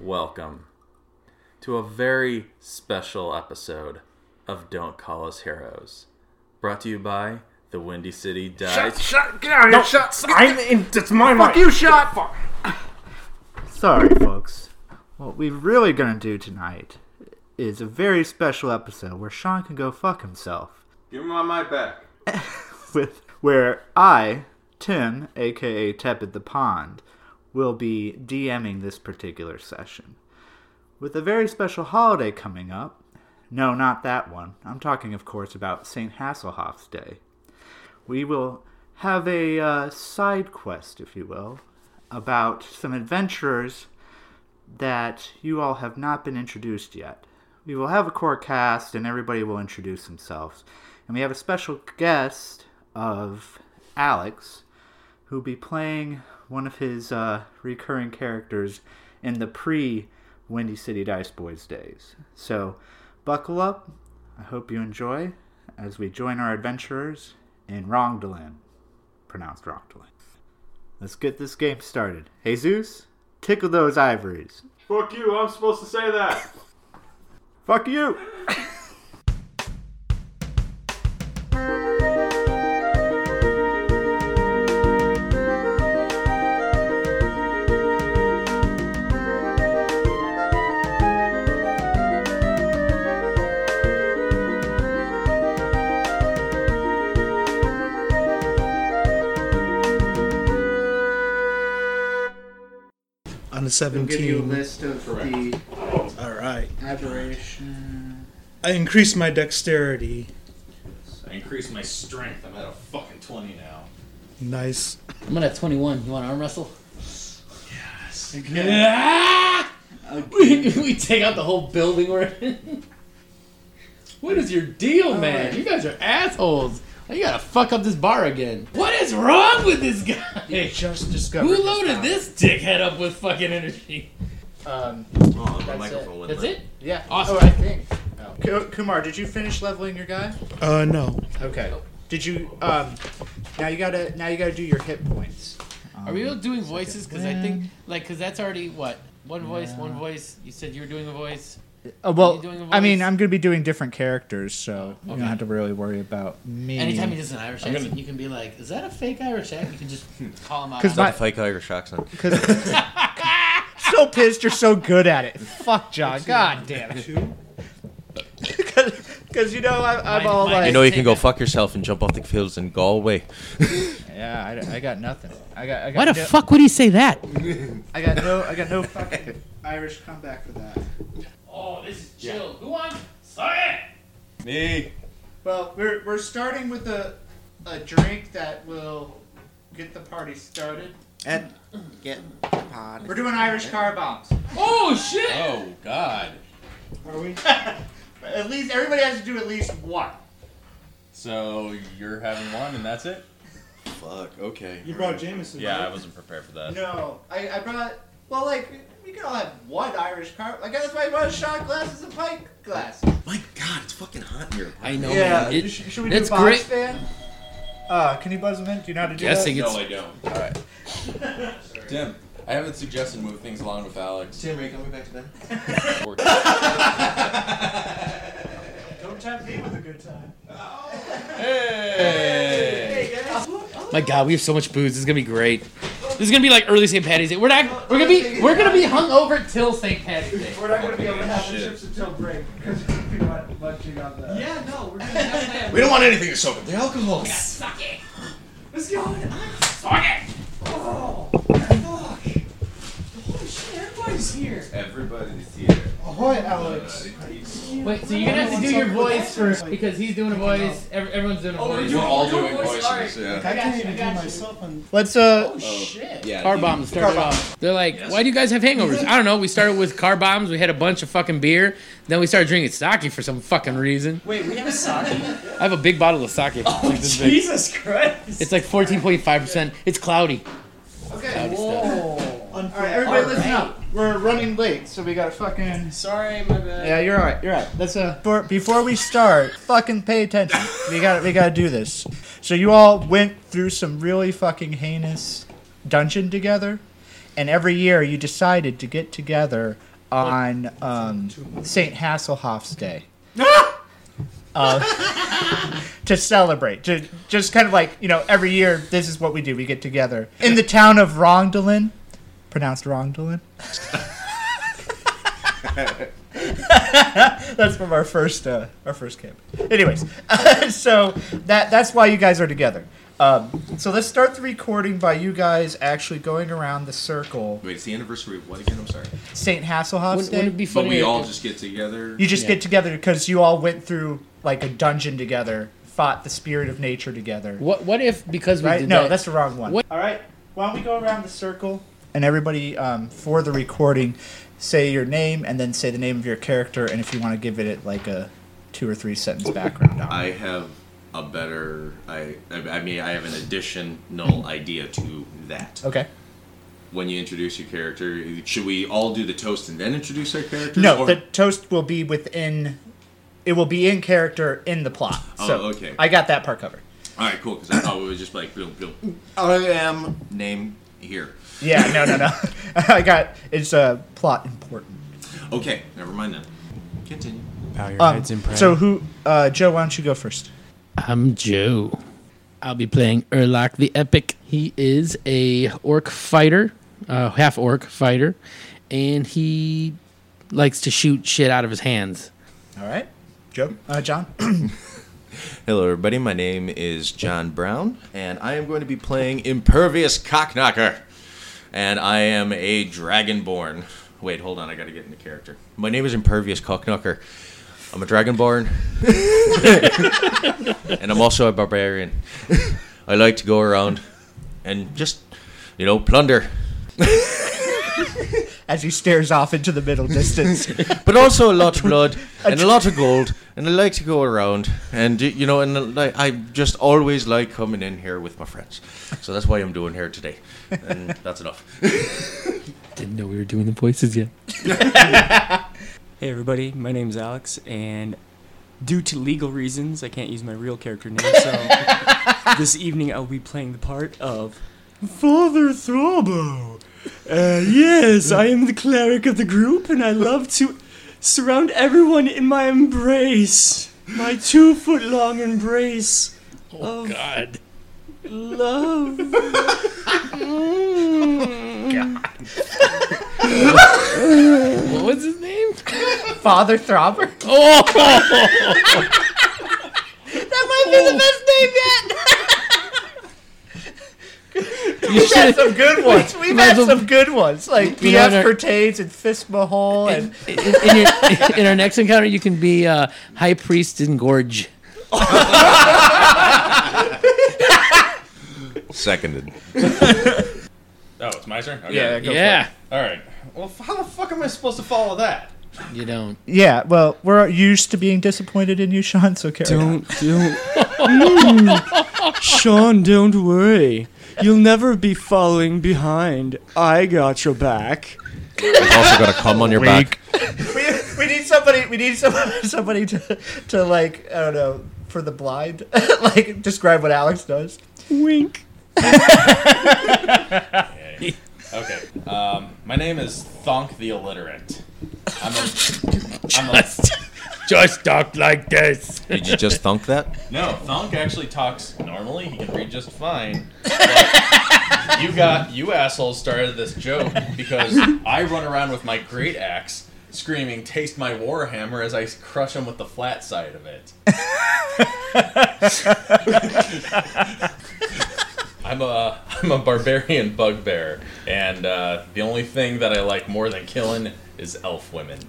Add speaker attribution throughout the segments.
Speaker 1: welcome to a very special episode of Don't Call Us Heroes, brought to you by the Windy City Dice.
Speaker 2: Shut, shut, get out of here, shut.
Speaker 3: I'm in, it's my
Speaker 2: Fuck
Speaker 3: mic.
Speaker 2: you, shut.
Speaker 4: Sorry, folks. What we're really gonna do tonight is a very special episode where Sean can go fuck himself.
Speaker 5: Give me my mic back.
Speaker 4: With where I, Tim, aka Tepid the Pond, will be DMing this particular session. With a very special holiday coming up. No, not that one. I'm talking, of course, about St. Hasselhoff's Day. We will have a uh, side quest, if you will, about some adventurers that you all have not been introduced yet. We will have a core cast and everybody will introduce themselves. And we have a special guest of Alex, who'll be playing one of his uh, recurring characters in the pre Windy City Dice Boys days. So buckle up. I hope you enjoy as we join our adventurers in Rongdolin, pronounced Rongdolin. Let's get this game started. Jesus, tickle those ivories.
Speaker 5: Fuck you, I'm supposed to say that.
Speaker 4: Fuck you!
Speaker 6: on the
Speaker 4: We'll give you a
Speaker 6: 17.
Speaker 4: list of the
Speaker 6: All right.
Speaker 4: aberration.
Speaker 6: I increased my dexterity.
Speaker 2: I increased my strength. I'm at a fucking 20 now.
Speaker 6: Nice.
Speaker 7: I'm gonna have 21. You want to arm wrestle? we take out the whole building we're in. What is your deal, man? You guys are assholes. Now You gotta fuck up this bar again. What is wrong with this guy?
Speaker 6: Just discovered.
Speaker 7: Who loaded this dickhead up with fucking energy?
Speaker 4: Um,
Speaker 5: Oh, the
Speaker 4: That's
Speaker 5: microphone went
Speaker 7: That's
Speaker 5: limp.
Speaker 7: it?
Speaker 4: yeah.
Speaker 7: Awesome.
Speaker 4: Oh, I think. K- Kumar, did you finish leveling your guy?
Speaker 6: Uh, no.
Speaker 4: Okay. Did you? Um, now you gotta. Now you gotta do your hit points.
Speaker 7: Are we all doing voices? Because I think, like, because that's already what? One voice, one voice. You said you were doing a voice.
Speaker 4: Oh
Speaker 7: you doing a
Speaker 4: I mean,
Speaker 7: voice? Oh,
Speaker 4: I'm gonna be doing different characters, so you
Speaker 7: Okay.
Speaker 4: don't have to really worry about me.
Speaker 7: Anytime he does an Irish accent, you can be like, is that a fake Irish accent? You can just call him out.
Speaker 4: 'Cause
Speaker 7: on
Speaker 4: my-
Speaker 7: it.
Speaker 5: Fake Irish accent.
Speaker 4: Because. so pissed you're so good at it. Fuck John. God damn it.
Speaker 6: Two.
Speaker 4: Because you know I, I'm
Speaker 7: Mine-
Speaker 4: all
Speaker 7: mine-
Speaker 4: like.
Speaker 5: You know you can go fuck yourself and jump off the fields in Galway.
Speaker 4: Yeah, I, I got nothing. I got. I got
Speaker 7: Why the
Speaker 4: no-
Speaker 7: fuck would he say that?
Speaker 4: I got no. I got no fucking Irish comeback for that.
Speaker 7: Oh, this is chill. Who wants? Sorry.
Speaker 5: Me.
Speaker 4: Well, we're we're starting with a a drink that will get the party started.
Speaker 3: And get pod.
Speaker 4: We're doing Irish car bombs.
Speaker 7: Oh shit!
Speaker 2: Oh, God.
Speaker 4: Are we? at least everybody has to do at least one.
Speaker 2: So you're having one and that's it?
Speaker 5: Fuck, okay.
Speaker 6: You brought Jameson.
Speaker 2: Yeah, I wasn't prepared for that.
Speaker 4: No, I, I brought. Well, like we can all have one Irish car. Like that's why I brought shot glasses and pint glasses.
Speaker 5: My god, it's fucking hot in here.
Speaker 7: I know.
Speaker 4: Yeah.
Speaker 7: man. It-
Speaker 4: sh- should we
Speaker 7: it's
Speaker 4: do box
Speaker 7: great.
Speaker 4: fan? Uh, can you buzz them in? Do you know how to do
Speaker 7: guessing it's.
Speaker 2: No, I don't. All right. Tim, I haven't suggested move things along with Alex.
Speaker 5: Tim, are you coming back to bed?
Speaker 4: that? Don't tempt me with a good time.
Speaker 2: Hey!
Speaker 7: My God, we have so much booze. This is gonna be great. This is gonna be like early St. Patty's Day. We're not. We're gonna be. We're gonna be hungover till St. Patty's Day.
Speaker 4: We're not gonna be able to have
Speaker 2: Shit.
Speaker 4: the chips until break because we're not munching on the.
Speaker 7: Yeah, no, we're gonna have
Speaker 5: We don't want anything to soak up the alcohol.
Speaker 7: Suck it.
Speaker 4: Let's go. on.
Speaker 7: Suck it.
Speaker 4: Oh, fuck.
Speaker 7: Holy shit, everybody's here.
Speaker 5: Everybody's here.
Speaker 4: Ahoy, Alex.
Speaker 7: Wait, so you're gonna have to do your voice first because he's doing a voice. Every, everyone's Oh, doing a voice.
Speaker 5: We're all doing voices, yeah.
Speaker 6: I can't
Speaker 7: you,
Speaker 6: even
Speaker 7: I
Speaker 6: do
Speaker 7: got you.
Speaker 6: myself on.
Speaker 4: Let's uh.
Speaker 7: Oh shit.
Speaker 5: Yeah,
Speaker 7: Car
Speaker 5: you-
Speaker 7: bombs started off. They're like, why do you guys have hangovers? I don't know. We started with car bombs. We had a bunch of fucking beer. Then we started drinking sake for some fucking reason. Wait, we have a sake? I have a big bottle of sake. Oh, Jesus Christ. It's like 14.5%. It's cloudy.
Speaker 4: Okay.
Speaker 7: Cloudy stuff.
Speaker 4: All right, everybody, listen up. We're running late, so we gotta fucking.
Speaker 7: Sorry, my bad.
Speaker 4: Yeah, you're alright. You're right. That's uh. Before, before we start, fucking pay attention. We got to we gotta do this. So you all went through some really fucking heinous dungeon together,
Speaker 8: and every year you decided to get together on um, St. Hasselhoff's Day. Uh, to celebrate, to just kind of like you know, every year this is what we do. We get together in the town of Rondelen, pronounced Rondelen. that's from our first uh, our first camp. Anyways, so that that's why you guys are together. Um, so let's start the recording by you guys actually going around the circle.
Speaker 2: Wait, it's the anniversary of what again? I'm sorry.
Speaker 8: St.
Speaker 7: Wouldn't,
Speaker 8: Hasselhoff's Day.
Speaker 7: wouldn't it be
Speaker 2: But
Speaker 7: funny?
Speaker 2: we
Speaker 7: if-
Speaker 2: all just get together.
Speaker 8: you just
Speaker 7: Yeah.
Speaker 8: get together because you all went through like a dungeon together, fought the spirit of nature together.
Speaker 7: What What if because we
Speaker 8: Right?
Speaker 7: did
Speaker 8: No,
Speaker 7: that?
Speaker 8: that's the wrong one.
Speaker 7: What-
Speaker 8: All right. Why don't we go around the circle and everybody um, for the recording say your name and then say the name of your character and if you want to give it like a two or three sentence background on. it.
Speaker 2: I have a better. I. I I mean, I have an additional idea to that.
Speaker 8: Okay.
Speaker 2: When you introduce your character, should we all do the toast and then introduce our characters?
Speaker 8: No,
Speaker 2: or-
Speaker 8: the toast will be within. It will be in character in the plot.
Speaker 2: Oh,
Speaker 8: so
Speaker 2: okay.
Speaker 8: I got that part covered.
Speaker 2: All right, cool. Because I thought we would just like boom, boom. I am name here.
Speaker 8: Yeah, no, no, no. I got it's uh, plot important.
Speaker 2: Okay, never mind then. Continue.
Speaker 9: Bow your
Speaker 8: Um,
Speaker 9: heads in prayer.
Speaker 8: so who, uh, Joe? Why don't you go first?
Speaker 7: I'm Joe. I'll be playing Erlock the Epic. He is a orc fighter, uh, half orc fighter, and he likes to shoot shit out of his hands.
Speaker 8: All right, Joe, uh, John.
Speaker 2: Hello, everybody. My name is John Brown, and I am going to be playing Impervious Cockknocker. And I am a Dragonborn. Wait, hold on. I got to get into character. My name is Impervious Cockknocker. I'm a Dragonborn, and I'm also a barbarian. I like to go around and just, you know, plunder,
Speaker 8: As he stares off into the middle distance.
Speaker 2: but also a lot of blood and a lot of gold. And I like to go around, and y- you know, and I I just always like coming in here with my friends. So that's why I'm doing here today, and that's enough.
Speaker 7: Didn't know we were doing the voices yet.
Speaker 9: hey everybody, my name's Alex, and due to legal reasons, I can't use my real character name. So this evening, I'll be playing the part of Father Throbo. Uh, yes, I am the cleric of the group, and I love to surround everyone in my embrace, my two-foot-long embrace of
Speaker 7: God.
Speaker 9: love.
Speaker 7: What was his name?
Speaker 8: Father Throbber.
Speaker 7: Oh!
Speaker 8: That might be the best name yet.
Speaker 7: You
Speaker 8: We've had
Speaker 7: should
Speaker 8: some good ones. We've had
Speaker 7: Might as well-
Speaker 8: some good ones, like
Speaker 7: You know,
Speaker 8: BF
Speaker 7: they're-
Speaker 8: Pertains and Fist Mahol and
Speaker 7: in, in, your, in our next encounter, you can be uh, High Priest and Gorge.
Speaker 2: Seconded.
Speaker 5: Oh, it's my turn. Okay.
Speaker 8: yeah, go for it.
Speaker 7: yeah.
Speaker 5: All right. Well, f- how the fuck am I supposed to follow that?
Speaker 7: You don't.
Speaker 8: Yeah, well, we're used to being disappointed in you, Sean. So carry on.
Speaker 9: Don't, don't. Mm. Sean, don't worry. You'll never be following behind. I got your back.
Speaker 2: I've also got to come on your back.
Speaker 8: We, we need somebody. We need somebody, somebody to, to like I don't know for the blind, like describe what Alex does.
Speaker 9: Wink.
Speaker 5: Okay. Um, my name is Thonk the Illiterate. I'm a, I'm a
Speaker 7: Just talk like this.
Speaker 2: Did you just thunk that?
Speaker 5: no. Thonk actually talks normally. He can read just fine. But you got you assholes started this joke because I run around with my great axe screaming "Taste my warhammer" as I crush him with the flat side of it. I'm a I'm a barbarian bugbear, and uh, the only thing that I like more than killing is elf women.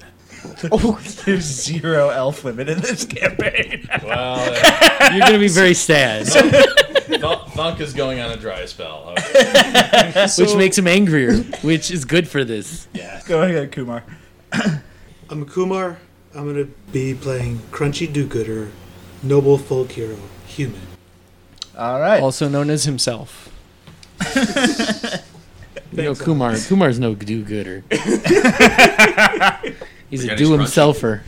Speaker 8: There's zero elf women in this campaign.
Speaker 5: Well,
Speaker 7: You're going to be very sad,
Speaker 5: Thunk, Thunk is going on a dry spell. Okay.
Speaker 7: which makes him angrier, which is good for this.
Speaker 8: Go ahead, Kumar.
Speaker 6: I'm Kumar. I'm going to be playing Crunchy Do Gooder, Noble Folk Hero, Human.
Speaker 8: All right.
Speaker 9: Also known as himself.
Speaker 7: You know, Kumar. Kumar's no do gooder. He's a
Speaker 2: gotta
Speaker 7: do himselfer.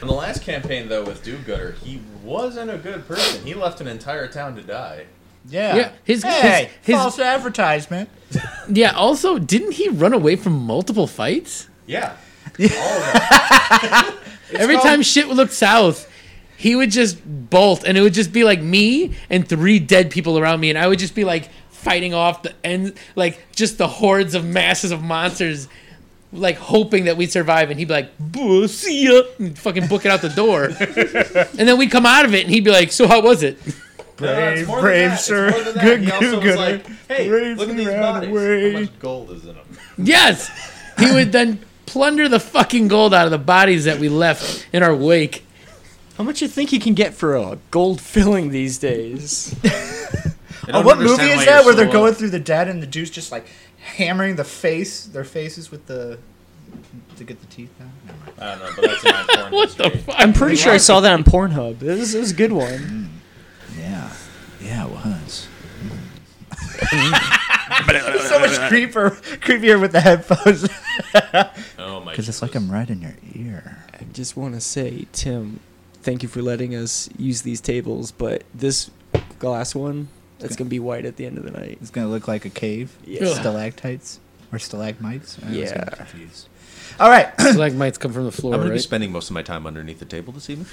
Speaker 5: In the last campaign, though, with Do Gooder, he wasn't a good person. He left an entire town to die.
Speaker 8: Yeah.
Speaker 7: Yeah, his-
Speaker 8: hey,
Speaker 7: his- his-
Speaker 8: false advertisement.
Speaker 7: Yeah. Also, didn't he run away from multiple fights?
Speaker 5: Yeah.
Speaker 7: Every time shit looked south, he would just bolt, and it would just be like me and three dead people around me, and I would just be like fighting off the end, like just the hordes of masses of monsters, like hoping that we'd survive, and he'd be like, "Boo, "See ya," and fucking book it out the door, and then we'd come out of it, and he'd be like, "So how was it?"
Speaker 5: Brave,
Speaker 8: Brave, brave, sir. Good,
Speaker 5: he also was
Speaker 8: good, good.
Speaker 5: like, hey,
Speaker 8: Brave
Speaker 5: look at these
Speaker 8: round
Speaker 5: bodies.
Speaker 8: way.
Speaker 5: How much gold is in them?
Speaker 7: Yes, he would then plunder the fucking gold out of the bodies that we left in our wake.
Speaker 9: How much you think you can get for a gold filling these days?
Speaker 8: Oh, what movie is that where they're going through the dead and the dude's just like hammering the face, their faces with the to get the teeth out? Never mind.
Speaker 5: I don't know, but that's in my porn
Speaker 7: What the
Speaker 5: history.
Speaker 7: fuck?
Speaker 9: I'm pretty sure I saw that on Pornhub. It was, it was a good one.
Speaker 8: Yeah, yeah, it was. it's so much creeper, creepier with the headphones
Speaker 2: Oh my.
Speaker 8: because it's like I'm right in your ear.
Speaker 9: I just want to say, Tim, thank you for letting us use these tables, but this glass one, that's going to be white at the end of the night.
Speaker 8: It's gonna look like a cave.
Speaker 9: Yeah.
Speaker 8: Stalactites or stalagmites? I always get
Speaker 9: Yeah.
Speaker 8: confused. All right.
Speaker 7: Stalagmites come from the floor,
Speaker 2: I'm going to be
Speaker 7: right?
Speaker 2: spending most of my time underneath the table this evening.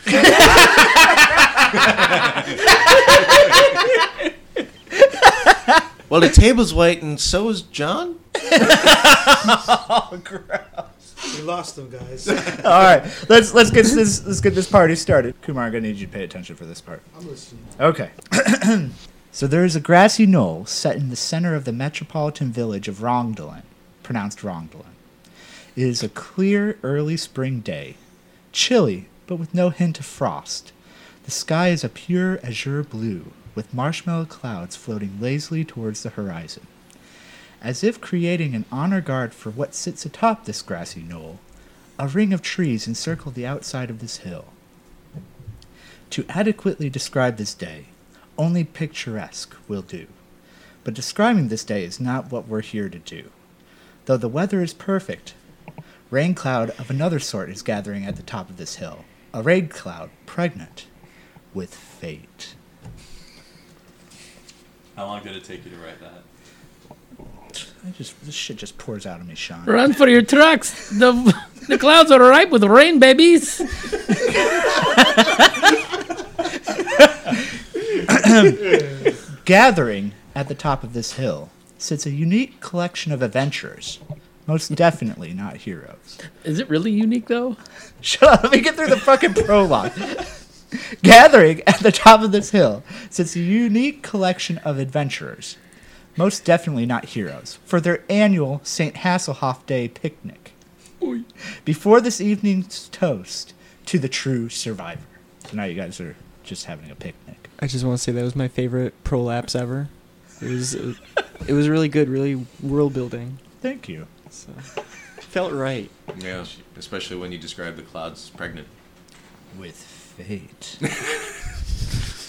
Speaker 2: well, the table's white, and so is John.
Speaker 6: We lost them, guys.
Speaker 8: All right, let's let's get this let's get this party started. Kumar, I'm gonna need you to pay attention for this part.
Speaker 6: I'm listening.
Speaker 8: Okay. so there is a grassy knoll set in the center of the metropolitan village of Rongdalen, pronounced Rongdalen. It is a clear early spring day, chilly but with no hint of frost. The sky is a pure azure blue, with marshmallow clouds floating lazily towards the horizon. As if creating an honor guard for what sits atop this grassy knoll, a ring of trees encircle the outside of this hill. To adequately describe this day, only picturesque will do. But describing this day is not what we're here to do. Though the weather is perfect, rain cloud of another sort is gathering at the top of this hill. A rain cloud pregnant with fate.
Speaker 5: How long did it take you to write that?
Speaker 8: I just this shit just pours out of me, Sean.
Speaker 7: Run for your trucks. The the clouds are ripe with rain, babies.
Speaker 8: Gathering at the top of this hill sits a unique collection of adventurers, most definitely not heroes.
Speaker 7: Is it really unique though?
Speaker 8: Shut up. Let me get through the fucking prologue. Gathering at the top of this hill sits a unique collection of adventurers, most definitely not heroes, for their annual St. Hasselhoff Day picnic. Before this evening's toast to the true survivor. So now you guys are just having a picnic.
Speaker 9: I just want to say that was my favorite prolapse ever. It was, it, was really good, really world building.
Speaker 8: Thank you.
Speaker 9: So. Felt right.
Speaker 2: Yeah, especially when you describe the clouds as pregnant.
Speaker 8: With fate.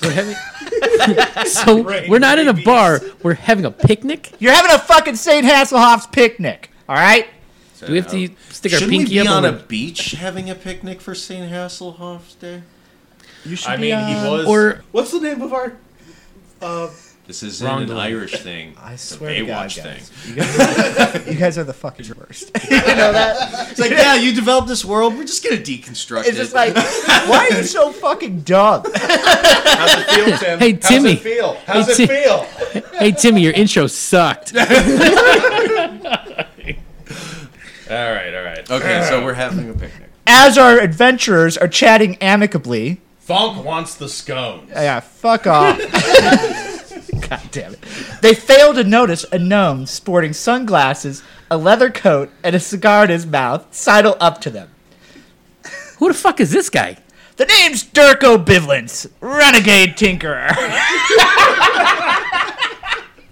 Speaker 7: We're having so we're not in a bar. We're having a picnic.
Speaker 8: You're having a fucking St. Hasselhoff's picnic, all right?
Speaker 2: So,
Speaker 7: Do we have to stick our
Speaker 2: Shouldn't we
Speaker 7: pinky
Speaker 2: be
Speaker 7: up
Speaker 2: on a
Speaker 7: or,
Speaker 2: beach having a picnic for St. Hasselhoff's Day?
Speaker 8: You should
Speaker 5: I
Speaker 8: be,
Speaker 5: mean, he
Speaker 8: um,
Speaker 5: was.
Speaker 7: or
Speaker 6: What's the name of our? Uh,
Speaker 2: This is an Irish thing.
Speaker 8: I
Speaker 2: It's a
Speaker 8: swear to God,
Speaker 2: Baywatch
Speaker 8: guys. You guys, you guys are the fucking worst. you know that?
Speaker 2: It's like, yeah, you developed this world. We're just gonna deconstruct it.
Speaker 8: It's just like, why are you so fucking dumb?
Speaker 5: How's it feel, Tim?
Speaker 7: Hey, Timmy.
Speaker 5: How's it feel? How's
Speaker 7: Tim-
Speaker 5: it feel?
Speaker 7: hey Timmy, your intro sucked.
Speaker 5: All right, all right.
Speaker 2: okay, so we're having a picnic.
Speaker 8: As our adventurers are chatting amicably,
Speaker 5: Funk wants the scones.
Speaker 8: yeah, fuck off. God damn it. They fail to notice a gnome sporting sunglasses, a leather coat, and a cigar in his mouth sidle up to them.
Speaker 7: Who the fuck is this guy?
Speaker 8: The name's Dirk O'Bivlins, renegade tinkerer.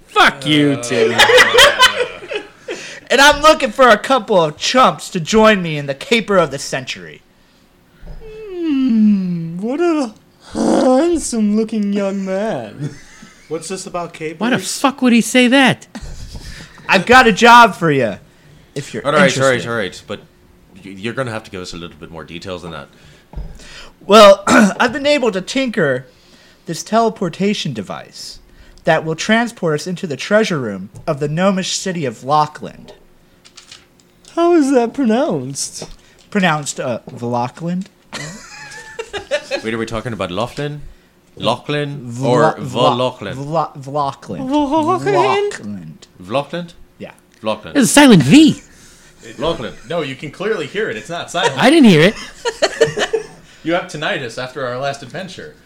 Speaker 7: Fuck you, Timmy.
Speaker 8: And I'm looking for a couple of chumps to join me in the caper of the century.
Speaker 9: What a handsome looking young man.
Speaker 6: what's this about cable?
Speaker 7: Why the fuck would he say that?
Speaker 8: I've got a job for you. If you're
Speaker 2: All right, all
Speaker 8: interested.
Speaker 2: right, all right. But y- you're gonna have to give us a little bit more details than that.
Speaker 8: Well, I've been able to tinker this teleportation device that will transport us into the treasure room of the gnomish city of Lockland.
Speaker 9: How is that pronounced?
Speaker 8: Pronounced uh, Vlockland?
Speaker 2: Wait, are we talking about Laughlin? Lachlan or Vlachlin?
Speaker 8: Vla- Vlockland.
Speaker 9: Vlockland?
Speaker 8: Vlockland.
Speaker 2: Vlachlin?
Speaker 8: Yeah.
Speaker 2: Vlachlin.
Speaker 7: It's a silent V.
Speaker 2: Lachlan.
Speaker 5: No, you can clearly hear it. It's not silent.
Speaker 7: I didn't hear it.
Speaker 5: You have tinnitus after our last adventure.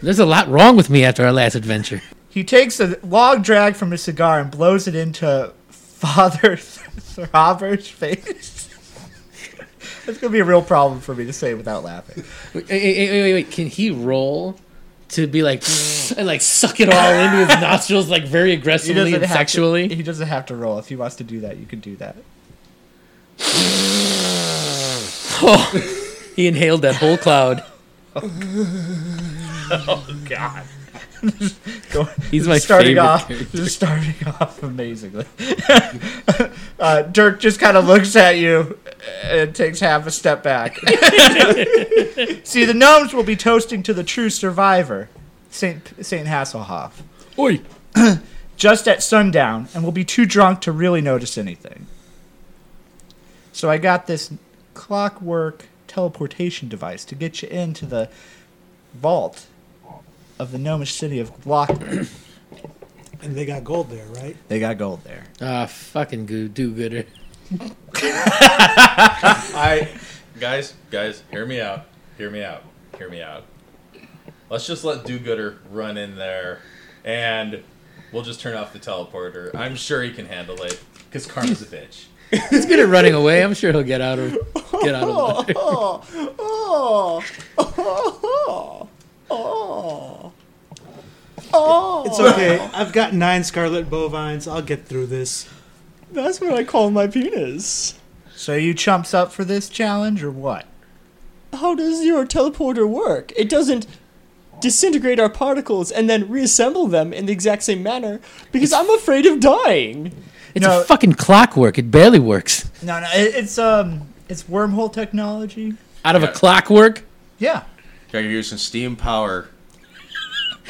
Speaker 7: There's a lot wrong with me after our last adventure.
Speaker 8: He takes a long drag from his cigar and blows it into Father Throbber's face. That's gonna be a real problem for me to say without laughing.
Speaker 7: Wait, wait, wait, wait, wait, wait. Can he roll to be like and like suck it all into his nostrils like very aggressively and
Speaker 8: have
Speaker 7: sexually?
Speaker 8: to, he doesn't have to roll. If he wants to do that, you can do that.
Speaker 7: Oh. He inhaled that whole cloud.
Speaker 8: Go-
Speaker 7: He's my
Speaker 8: starting
Speaker 7: favorite
Speaker 8: off.
Speaker 7: character.
Speaker 8: Just starting off amazingly. uh, Dirk just kind of looks at you and takes half a step back. See, the gnomes will be toasting to the true survivor, Saint Saint Hasselhoff.
Speaker 7: Oi.
Speaker 8: just at sundown and will be too drunk to really notice anything. So I got this clockwork teleportation device to get you into the vault of the gnomish city of Glock.
Speaker 6: And they got gold there, right?
Speaker 8: they got gold there.
Speaker 7: Ah, fucking goo do gooder.
Speaker 5: I, guys, guys, hear me out. Hear me out. Hear me out. Let's just let Do Gooder run in there, and we'll just turn off the teleporter. I'm sure he can handle it because Karma's a bitch.
Speaker 7: He's good at running away. I'm sure he'll get out of get out
Speaker 8: Oh.
Speaker 7: of. the-
Speaker 6: It's
Speaker 8: Oh.
Speaker 6: okay. I've got nine scarlet bovines. I'll get through this.
Speaker 9: That's what I call my penis.
Speaker 8: So you chumps up for this challenge or what?
Speaker 9: How does your teleporter work? It doesn't disintegrate our particles and then reassemble them in the exact same manner because I'm afraid of dying.
Speaker 7: It's
Speaker 8: No.
Speaker 7: a fucking clockwork. It barely works.
Speaker 8: No, no, it, it's um, it's wormhole technology.
Speaker 7: Out of a clockwork.
Speaker 8: Yeah,
Speaker 2: Try to use some steam power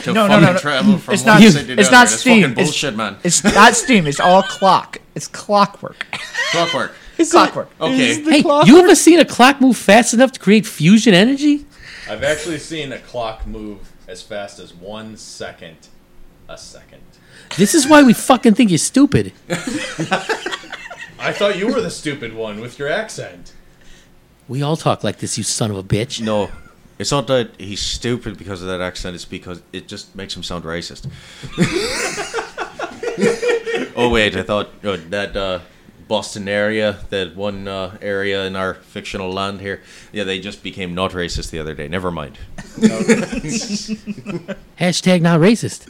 Speaker 2: to
Speaker 8: No, no,
Speaker 2: fucking
Speaker 8: no, no.
Speaker 2: travel from
Speaker 8: It's
Speaker 2: one
Speaker 8: not-
Speaker 2: city to
Speaker 8: it's
Speaker 2: another.
Speaker 8: not
Speaker 2: That's
Speaker 8: steam.
Speaker 2: fucking
Speaker 8: It's-
Speaker 2: bullshit, man.
Speaker 8: it's not steam. It's all clock. It's clockwork.
Speaker 2: Clockwork.
Speaker 9: Is
Speaker 8: Clockwork.
Speaker 9: It, is
Speaker 2: Okay.
Speaker 9: the
Speaker 7: hey,
Speaker 9: clock-
Speaker 7: you ever seen a clock move fast enough to create fusion energy?
Speaker 5: I've actually seen a clock move as fast as one second a second.
Speaker 7: This is why we fucking think you're stupid.
Speaker 5: I thought you were the stupid one with your accent.
Speaker 7: We all talk like this, you son of a bitch.
Speaker 2: No, it's not that he's stupid because of that accent. It's because it just makes him sound racist. oh wait, I thought uh, that uh, Boston area, that one uh, area in our fictional land here, yeah, they just became not racist the other day. Never mind.
Speaker 7: Hashtag not racist.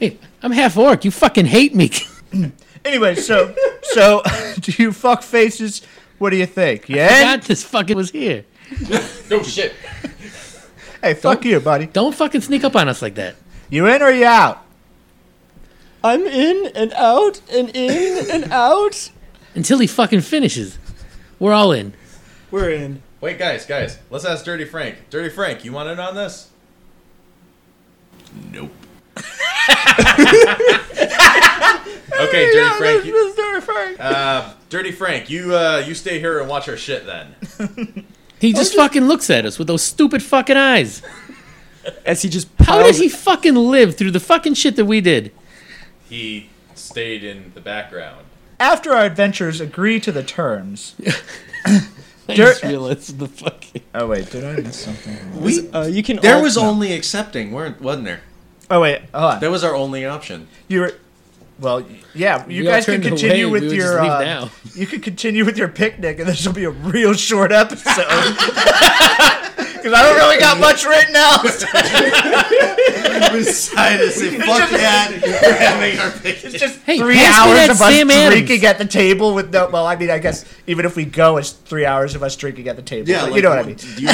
Speaker 7: hey, I'm half orc. You fucking hate me.
Speaker 8: Anyway, so so do you fuck faces? What do you think? Yeah.
Speaker 7: God, this fucking was here.
Speaker 5: No shit.
Speaker 8: Hey, fuck you, buddy.
Speaker 7: Don't fucking sneak up on us like that.
Speaker 8: You in or you out?
Speaker 9: I'm in and out and in and out.
Speaker 7: Until he fucking finishes. We're all in.
Speaker 6: We're in.
Speaker 5: Wait, guys, guys, let's ask Dirty Frank. Dirty Frank, you want in on this?
Speaker 2: Nope.
Speaker 5: Okay, Dirty Frank. You,
Speaker 8: Frank.
Speaker 5: uh, Dirty Frank, you uh, you stay here and watch our shit then.
Speaker 7: He just fucking looks at us with those stupid fucking eyes.
Speaker 9: As he just
Speaker 7: How did
Speaker 9: piles
Speaker 7: he fucking live through the fucking shit that we did?
Speaker 5: He stayed in the background.
Speaker 8: After our adventurers agree to the terms.
Speaker 7: I
Speaker 8: Dirt-
Speaker 7: just realized the fucking.
Speaker 8: Oh wait, did I miss something?
Speaker 2: We
Speaker 9: Uh, you can.
Speaker 2: there
Speaker 9: al-
Speaker 2: was only accepting, weren't wasn't there?
Speaker 8: Oh wait, hold on.
Speaker 2: That was our only option.
Speaker 8: You were. Well, yeah, you
Speaker 7: We all
Speaker 8: guys can
Speaker 7: turned
Speaker 8: continue
Speaker 7: away,
Speaker 8: with
Speaker 7: we would
Speaker 8: your.
Speaker 7: just leave
Speaker 8: uh,
Speaker 7: now.
Speaker 8: You can continue with your picnic, and this will be a real short episode. Because I don't really got much written out.
Speaker 2: Decided to say fuck that. We're having our picnic.
Speaker 8: It's just
Speaker 7: Hey,
Speaker 8: three
Speaker 7: pass me
Speaker 8: hours
Speaker 7: that
Speaker 8: of us
Speaker 7: Sam Adams.
Speaker 8: drinking at the table with no. Well, I mean, I guess even if we go, it's three hours of us drinking at the table.
Speaker 2: Yeah,
Speaker 8: but
Speaker 2: like,
Speaker 8: you know what I mean.
Speaker 2: You're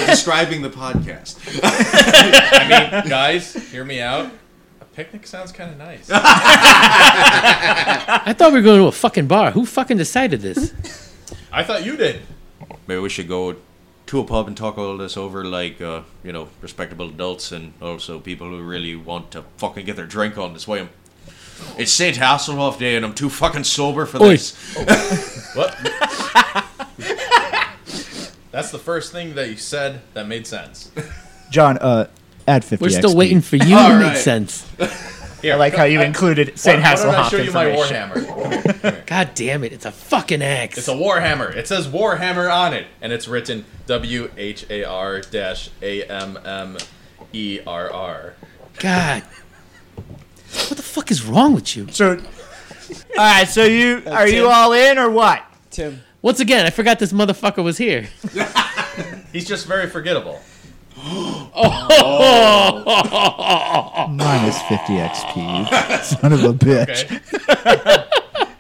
Speaker 2: describing the podcast.
Speaker 5: I mean, guys, hear me out. A picnic sounds kind of nice.
Speaker 7: I thought we were going to a fucking bar. Who fucking decided this?
Speaker 5: I thought you did.
Speaker 2: Maybe we should go to a pub and talk all this over like, uh, you know, respectable adults and also people who really want to fucking get their drink on. That's why I'm. It's St. Hasselhoff Day and I'm too fucking sober for
Speaker 5: Oi.
Speaker 2: this.
Speaker 5: What? That's the first thing that you said that made sense.
Speaker 8: John, uh, add 50
Speaker 7: We're still
Speaker 8: XP.
Speaker 7: waiting for you
Speaker 5: All
Speaker 7: to make
Speaker 5: right.
Speaker 7: sense.
Speaker 5: Here,
Speaker 8: I like how you
Speaker 5: I-
Speaker 8: included St.
Speaker 5: Why- why don't I
Speaker 8: Hasselhoff
Speaker 5: show you my
Speaker 8: information.
Speaker 5: warhammer?
Speaker 7: God damn it! It's a fucking axe.
Speaker 5: It's a warhammer. It says warhammer on it, and it's written W H A R dash A M M E R R.
Speaker 7: God. What the fuck is wrong with you?
Speaker 8: So, all right. So you are you
Speaker 7: Tim.
Speaker 8: all in or what?
Speaker 9: Tim.
Speaker 7: Once again, I forgot this motherfucker was here.
Speaker 5: He's just very forgettable.
Speaker 8: Minus 50 XP. Son of a bitch.
Speaker 5: Okay.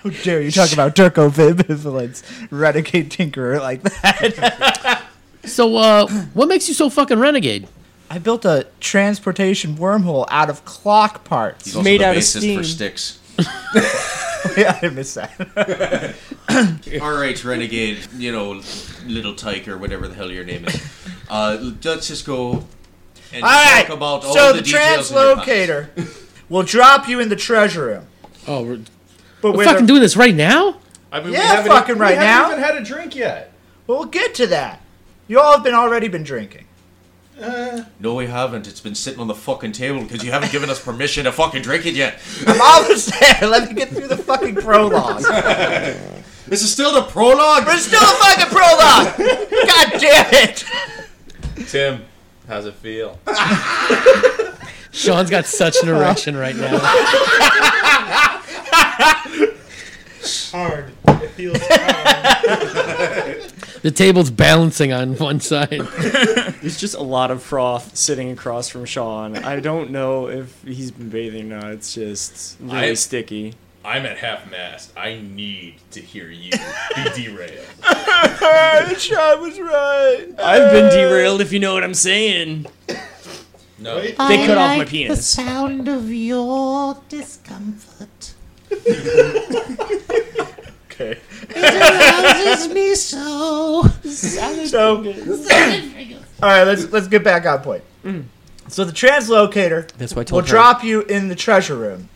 Speaker 8: How dare you talk about Turco Ambivalence, Renegade Tinkerer like that?
Speaker 7: So, uh, what makes you so fucking renegade?
Speaker 8: I built a transportation wormhole out of clock parts.
Speaker 2: He's also
Speaker 9: made
Speaker 2: the
Speaker 9: out of
Speaker 2: bassist
Speaker 9: steam.
Speaker 2: for Sticks.
Speaker 8: yeah, I missed that.
Speaker 2: RH Renegade, you know, Little Tyke or whatever the hell your name is. Uh, let's just go and
Speaker 8: All right.
Speaker 2: talk about all
Speaker 8: so
Speaker 2: the,
Speaker 8: the,
Speaker 2: details in your pockets.
Speaker 8: translocator will drop you in the treasure room.
Speaker 7: Oh, we're,
Speaker 8: But
Speaker 7: we're
Speaker 8: with
Speaker 7: fucking
Speaker 8: a-
Speaker 7: doing this right now?
Speaker 5: I mean,
Speaker 8: Yeah,
Speaker 5: haven't
Speaker 8: fucking
Speaker 5: e-
Speaker 8: right
Speaker 5: we
Speaker 8: now.
Speaker 5: haven't even had a drink yet.
Speaker 8: we'll get to that. You all have been already been drinking.
Speaker 2: No, we haven't. It's been sitting on the fucking table because you haven't given us permission to fucking drink it yet.
Speaker 8: I'm almost there. Let me get through the fucking prologue.
Speaker 2: This is still the prologue.
Speaker 8: There's still a fucking prologue. God damn it.
Speaker 5: Tim, how's it feel?
Speaker 7: Sean's got such an erection right now.
Speaker 6: Hard. It feels hard.
Speaker 7: The table's balancing on one side.
Speaker 9: There's just a lot of froth sitting across from Sean. I don't know if he's been bathing or not. It's just really
Speaker 5: I-
Speaker 9: sticky.
Speaker 5: I'm at half mast. I need to hear you be derailed.
Speaker 8: Sean was right.
Speaker 9: I've been derailed, if you know what I'm saying.
Speaker 5: No.
Speaker 9: They cut off my penis.
Speaker 8: sound of your discomfort. okay.
Speaker 10: arouses me so.
Speaker 8: So, all right, let's let's get back on point. So the translocator
Speaker 9: That's why I
Speaker 8: will
Speaker 9: told her.
Speaker 8: drop you in the treasure room,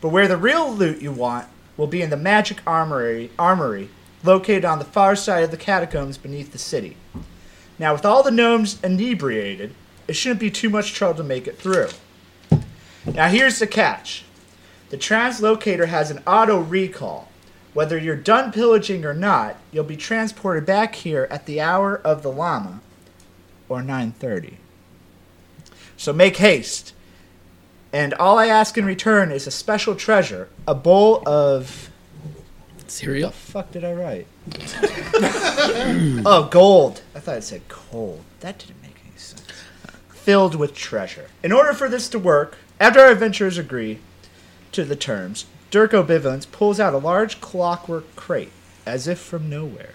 Speaker 8: but where the real loot you want will be in the magic armory armory located on the far side of the catacombs beneath the city. Now, with all the gnomes inebriated, it shouldn't be too much trouble to make it through. Now, here's the catch. The translocator has an auto recall. Whether you're done pillaging or not, you'll be transported back here at the hour of the llama, or 9:30. So make haste. And all I ask in return is a special treasure, a bowl of
Speaker 7: Cereal?
Speaker 8: fuck did I write? oh, gold. I thought it said cold. That didn't make any sense. Filled with treasure. In order for this to work, after our adventurers agree to the terms, Durko Bivens pulls out a large clockwork crate, as if from nowhere.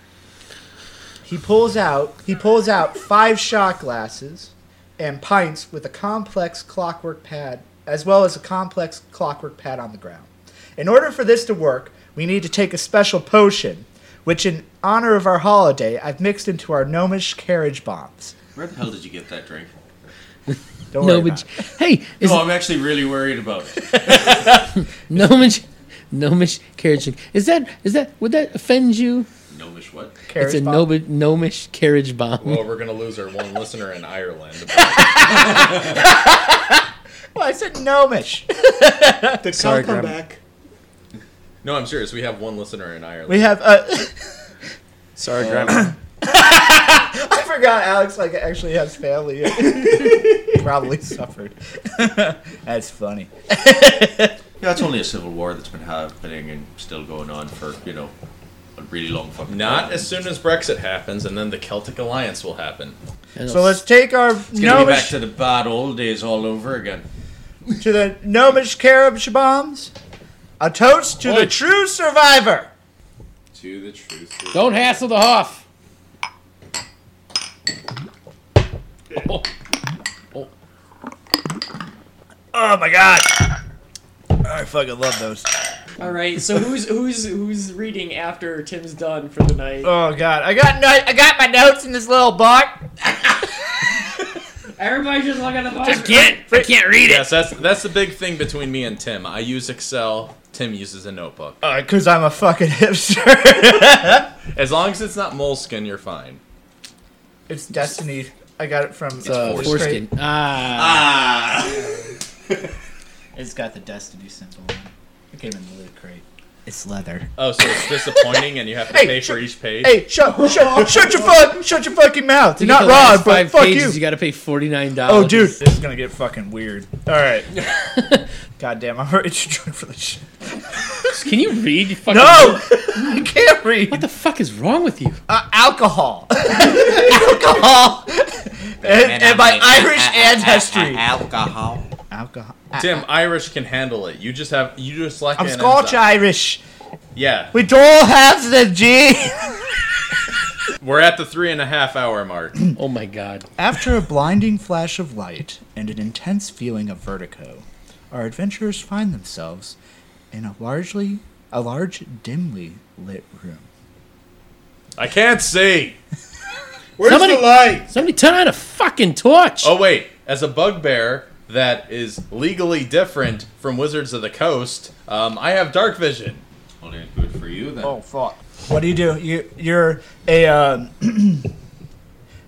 Speaker 8: He pulls out he pulls out five shot glasses and pints with a complex clockwork pad, as well as a complex clockwork pad on the ground. In order for this to work, we need to take a special potion, which in honor of our holiday, I've mixed into our gnomish carriage bombs.
Speaker 2: Where the hell did you get that drink?
Speaker 8: Don't worry
Speaker 7: No,
Speaker 8: about
Speaker 7: but,
Speaker 8: it.
Speaker 7: hey, is
Speaker 2: No, I'm actually really worried about it.
Speaker 7: gnomish, gnomish carriage drink? Is that is that would that offend you?
Speaker 2: Gnomish what?
Speaker 8: Carriage
Speaker 7: it's a
Speaker 8: bomb.
Speaker 7: nobi- gnomish carriage bomb.
Speaker 5: Well, we're gonna lose our one listener in Ireland.
Speaker 8: Well, I said gnomish.
Speaker 6: The
Speaker 9: Sorry,
Speaker 6: cow come
Speaker 9: Grandma.
Speaker 6: back.
Speaker 5: No, I'm serious. We have one listener in Ireland.
Speaker 8: We have uh,
Speaker 9: Sorry, Grandma.
Speaker 8: I forgot Alex like actually has family. Probably suffered. That's funny.
Speaker 2: Yeah, it's only a civil war that's been happening and still going on for, you know, a really long fucking
Speaker 5: Not
Speaker 2: time.
Speaker 5: as soon as Brexit happens, and then the Celtic Alliance will happen.
Speaker 7: And
Speaker 8: So let's take our
Speaker 2: It's gonna be
Speaker 8: gnomish
Speaker 2: back to the bad old days all over again.
Speaker 8: to the gnomish carriage bombs. A toast to the
Speaker 7: Oi.
Speaker 8: true survivor.
Speaker 2: To the truth.
Speaker 7: don't hassle the Hoff.
Speaker 8: Oh my god.
Speaker 11: I fucking love those.
Speaker 12: All right, so who's who's who's reading after Tim's done for the night?
Speaker 9: Uh,
Speaker 11: Oh god, I got no, I got my notes in this little book.
Speaker 12: Everybody's just looking at the box.
Speaker 7: I can't read it.
Speaker 5: Yes, that's that's the big thing between me and Tim. I use Excel. Tim uses a notebook.
Speaker 11: Because Uh, I'm a fucking hipster.
Speaker 5: As long as it's not moleskin, you're fine.
Speaker 11: it's Destiny. I got it from
Speaker 5: It's
Speaker 11: uh,
Speaker 5: foreskin.
Speaker 11: Straight-
Speaker 5: Ah.
Speaker 3: it's got the Destiny symbol. on it. It came in the loot crate.
Speaker 8: It's leather.
Speaker 5: Oh, so it's disappointing, and you have to
Speaker 11: Hey,
Speaker 5: pay for each page.
Speaker 11: Hey, shut, shut, shut your fuck, shut your fucking mouth.
Speaker 7: To
Speaker 11: You're
Speaker 7: get
Speaker 11: not
Speaker 7: the last
Speaker 11: wrong, but
Speaker 7: five
Speaker 11: fuck
Speaker 7: pages,
Speaker 11: you.
Speaker 7: You got to pay forty nine
Speaker 11: Oh,
Speaker 7: dollars.
Speaker 11: dude, this is gonna get fucking weird. All right. God damn, I'm already too drunk for this shit.
Speaker 7: Can you read? You fucking
Speaker 11: No, I can't read. What
Speaker 7: the fuck is wrong with you?
Speaker 11: Uh, alcohol, alcohol, and, and my Irish ancestry.
Speaker 2: Alcohol.
Speaker 8: Alcohol.
Speaker 5: Tim, Irish can handle it. You just have you just like
Speaker 11: I'm Scotch Irish.
Speaker 5: Yeah,
Speaker 11: We don't have the G.
Speaker 5: we're at the three and a half hour mark.
Speaker 7: oh my god!
Speaker 8: After a blinding flash of light and an intense feeling of vertigo, our adventurers find themselves in a largely a large dimly lit room.
Speaker 5: I can't see.
Speaker 7: Where's somebody, the light? Somebody turn on a fucking torch.
Speaker 5: Oh wait, as a bugbear that is legally different from Wizards of the Coast, um, I have dark vision. Well, good for you then.
Speaker 11: Oh fuck. What do you do? You you're a um,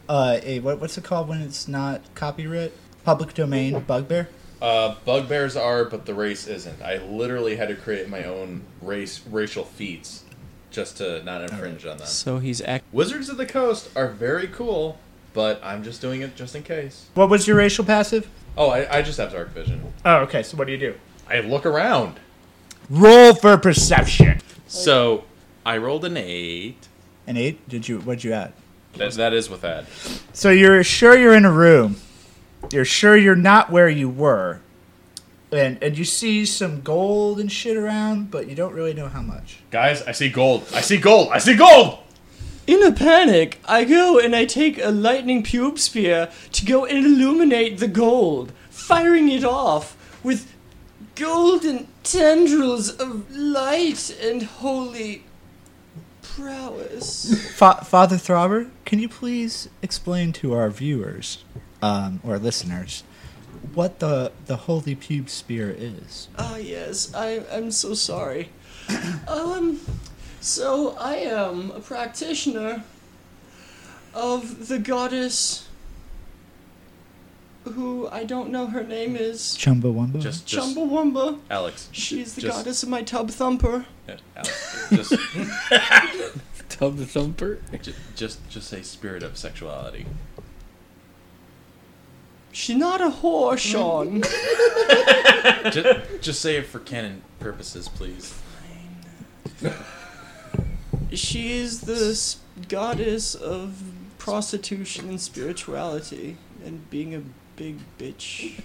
Speaker 11: uh, a what, what's it called when it's not copyright? Public domain bugbear.
Speaker 5: Uh, bugbears are, but the race isn't. I literally had to create my own race racial feats just to not infringe on them.
Speaker 9: So he's act.
Speaker 5: Wizards of the Coast are very cool, but I'm just doing it just in case.
Speaker 11: What was your racial passive?
Speaker 5: Oh, I, I just have dark vision.
Speaker 11: Oh, okay. So what do you do?
Speaker 5: I look around.
Speaker 11: Roll for perception.
Speaker 5: So I rolled an eight.
Speaker 11: An eight? Did you? What'd you add?
Speaker 5: That, that is with that.
Speaker 11: So you're sure you're in a room. You're sure you're not where you were. And and you see some gold and shit around, but you don't really know how much.
Speaker 5: Guys, I see gold. I see gold. I see gold.
Speaker 9: In a panic, I go and I take a lightning pube spear to go and illuminate the gold, firing it off with golden tendrils of light and holy prowess.
Speaker 8: Fa- Father Throbber, can you please explain to our viewers um, or listeners what the the holy pube spear is?
Speaker 9: Ah, yes, I, I'm so sorry. um, so I am a practitioner of the goddess who I don't know her name is.
Speaker 8: Chumbawamba.
Speaker 5: Just, just
Speaker 9: Chumbawamba.
Speaker 5: Alex.
Speaker 9: She's the
Speaker 5: just-
Speaker 9: goddess of my tub thumper.
Speaker 5: Yeah, Alex, just
Speaker 7: tub thumper.
Speaker 5: Just, just, just say spirit of sexuality.
Speaker 9: She's not a whore, Sean.
Speaker 5: just, just say it for canon purposes, please.
Speaker 9: she is the s- goddess of prostitution and spirituality and being a big bitch.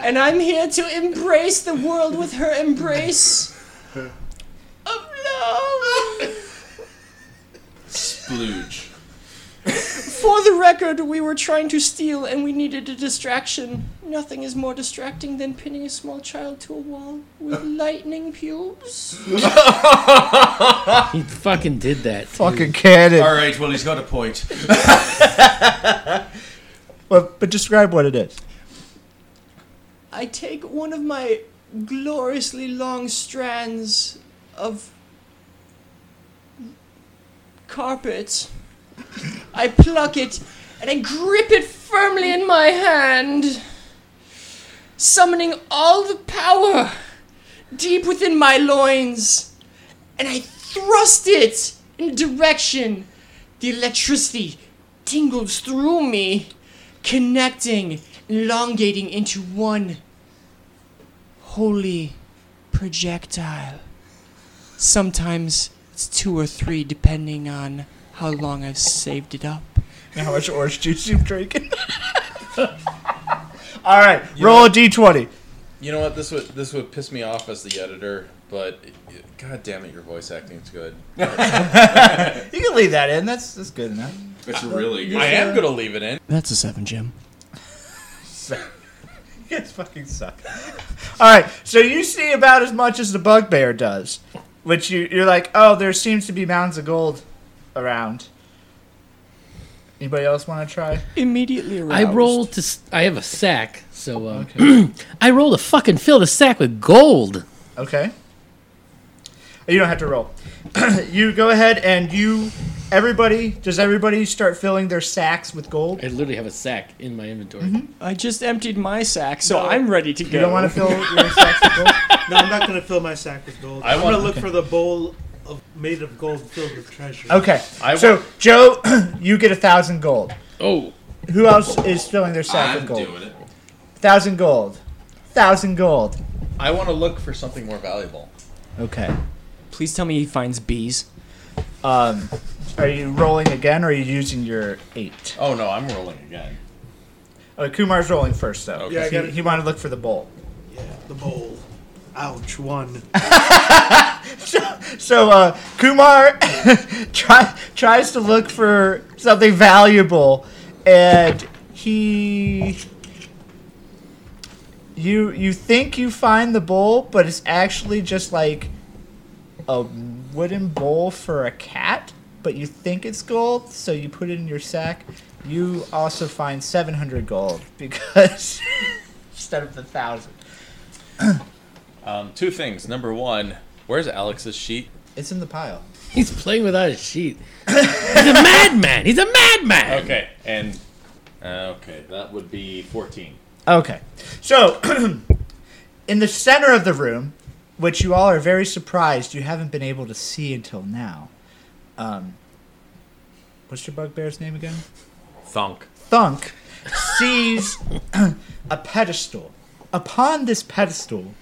Speaker 9: and I'm here to embrace the world with her embrace of love.
Speaker 5: Splooge.
Speaker 9: For the record, we were trying to steal and we needed a distraction. Nothing is more distracting than pinning a small child to a wall with lightning pubes.
Speaker 7: He fucking did that.
Speaker 11: Fucking cannon.
Speaker 2: All right, well, he's got a point.
Speaker 11: But but describe what it is.
Speaker 9: I take one of my gloriously long strands of carpet. I pluck it and I grip it firmly in my hand, summoning all the power deep within my loins, and I thrust it in a direction. The electricity tingles through me connecting, elongating into one holy projectile. Sometimes it's two or three, depending on how long I've saved it up.
Speaker 11: How much orange juice you've drinking? All right, roll a d20.
Speaker 5: You know what? This would this would piss me off as the editor, but god damn it, your voice acting's good. you
Speaker 11: You can leave that in. That's that's good enough.
Speaker 5: It's really good. I am gonna leave it in.
Speaker 9: That's a seven, Jim.
Speaker 8: guys fucking suck. All right, so you see about as much as the bugbear does, which you you're like, oh, there seems to be mounds of gold around. Anybody else want to try?
Speaker 9: Immediately
Speaker 7: I rolled to. s- I have a sack, so uh, I rolled to fucking fill the sack with gold.
Speaker 8: Okay. You don't have to roll. you go ahead and you. Everybody, does everybody start filling their sacks with gold?
Speaker 7: I literally have a sack in my inventory.
Speaker 9: I just emptied my sack, so I'm ready to go.
Speaker 8: You don't want to fill your sacks with gold?
Speaker 6: No, I'm not going to fill my sack with gold.
Speaker 8: I
Speaker 6: I'm
Speaker 8: want-
Speaker 6: going to look
Speaker 8: okay.
Speaker 6: for the bowl of made of gold filled with treasure.
Speaker 8: Okay. so, Joe, you get a thousand gold.
Speaker 7: Oh.
Speaker 8: Who else is filling their sack
Speaker 5: I'm
Speaker 8: with gold?
Speaker 5: doing it.
Speaker 8: Thousand gold. Thousand gold.
Speaker 5: I want to look for something more valuable.
Speaker 8: Okay.
Speaker 9: Please tell me he finds bees.
Speaker 8: Um, are you rolling again or are you using your eight?
Speaker 5: Oh no, I'm rolling again.
Speaker 8: Oh, Kumar's rolling first, though.
Speaker 6: Yeah, I
Speaker 8: he,
Speaker 6: gotta-
Speaker 8: he wanted to look for the bowl.
Speaker 6: The bowl. Ouch, one.
Speaker 8: So uh, Kumar try, tries to look for something valuable, and he you you think you find the bowl, but it's actually just like a wooden bowl for a cat. But you think it's gold, so you put it in your sack. You also find seven hundred gold because instead of the thousand,
Speaker 5: Um, two things. Number one, where's Alex's sheet?
Speaker 8: it's in the pile.
Speaker 7: He's playing without a sheet. He's a madman. He's a madman.
Speaker 5: Okay, and uh, okay, that would be fourteen.
Speaker 8: Okay. So, in the center of the room, which you all are very surprised you haven't been able to see until now, um, what's your bugbear's name again?
Speaker 5: Thunk.
Speaker 8: Thunk sees a pedestal. Upon this pedestal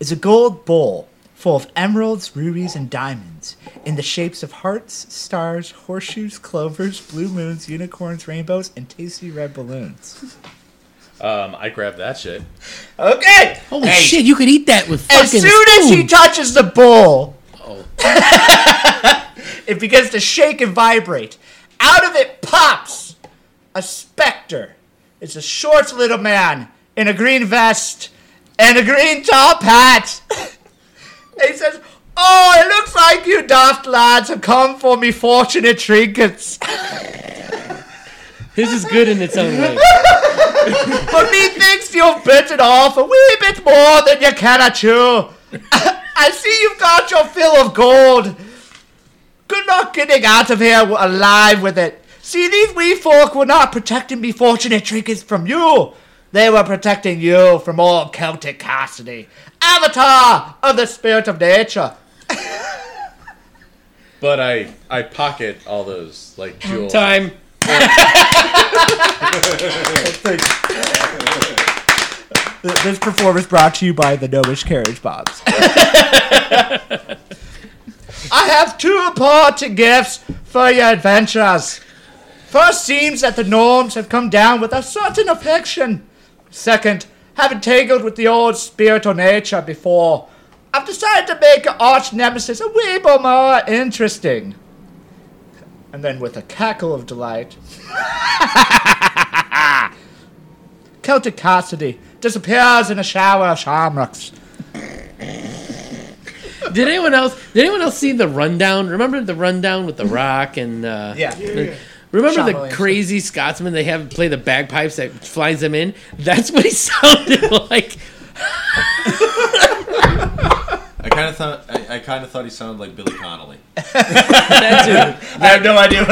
Speaker 8: is a gold bowl full of emeralds, rubies, and diamonds in the shapes of hearts, stars, horseshoes, clovers, blue moons, unicorns, rainbows, and tasty red balloons.
Speaker 5: Um, I grabbed that shit.
Speaker 8: Okay!
Speaker 7: Holy shit! You could eat that with fucking. Oh.
Speaker 8: As soon as
Speaker 7: spoon.
Speaker 8: he touches the bowl, it begins to shake and vibrate. Out of it pops a specter. It's a short little man in a green vest and a green top hat. and he says, Oh, it looks like you daft lads have come for me fortunate trinkets.
Speaker 7: His is good in its own way.
Speaker 8: but methinks you've bitten off a wee bit more than you can chew. I see you've got your fill of gold. Good luck getting out of here wi- alive with it. See, these wee folk were not protecting me fortunate trinkets from you. They were protecting you from all Celtic Cassidy, avatar of the spirit of nature.
Speaker 5: But I I pocket all those like jewel
Speaker 7: Time.
Speaker 8: This performance brought to you by the Gnomish Carriage Bobs. I have two important gifts for your adventures. First seems that the gnomes have come down with a certain affliction. Second, having tangled with the old spirit of nature before, I've decided to make your arch nemesis a wee bit more interesting. And then with a cackle of delight, Celtic Cassidy disappears in a shower of shamrocks.
Speaker 7: Did anyone else? Did anyone else see the rundown? Remember the rundown with the Rock and uh,
Speaker 8: Yeah. Yeah, yeah.
Speaker 7: Remember
Speaker 8: Sean
Speaker 7: the
Speaker 8: Williams.
Speaker 7: crazy Scotsman they have play the bagpipes that flies them in? That's what he sounded like.
Speaker 2: I kind of thought I, I kind of thought he sounded like Billy Connolly.
Speaker 9: that
Speaker 8: dude. I have no idea.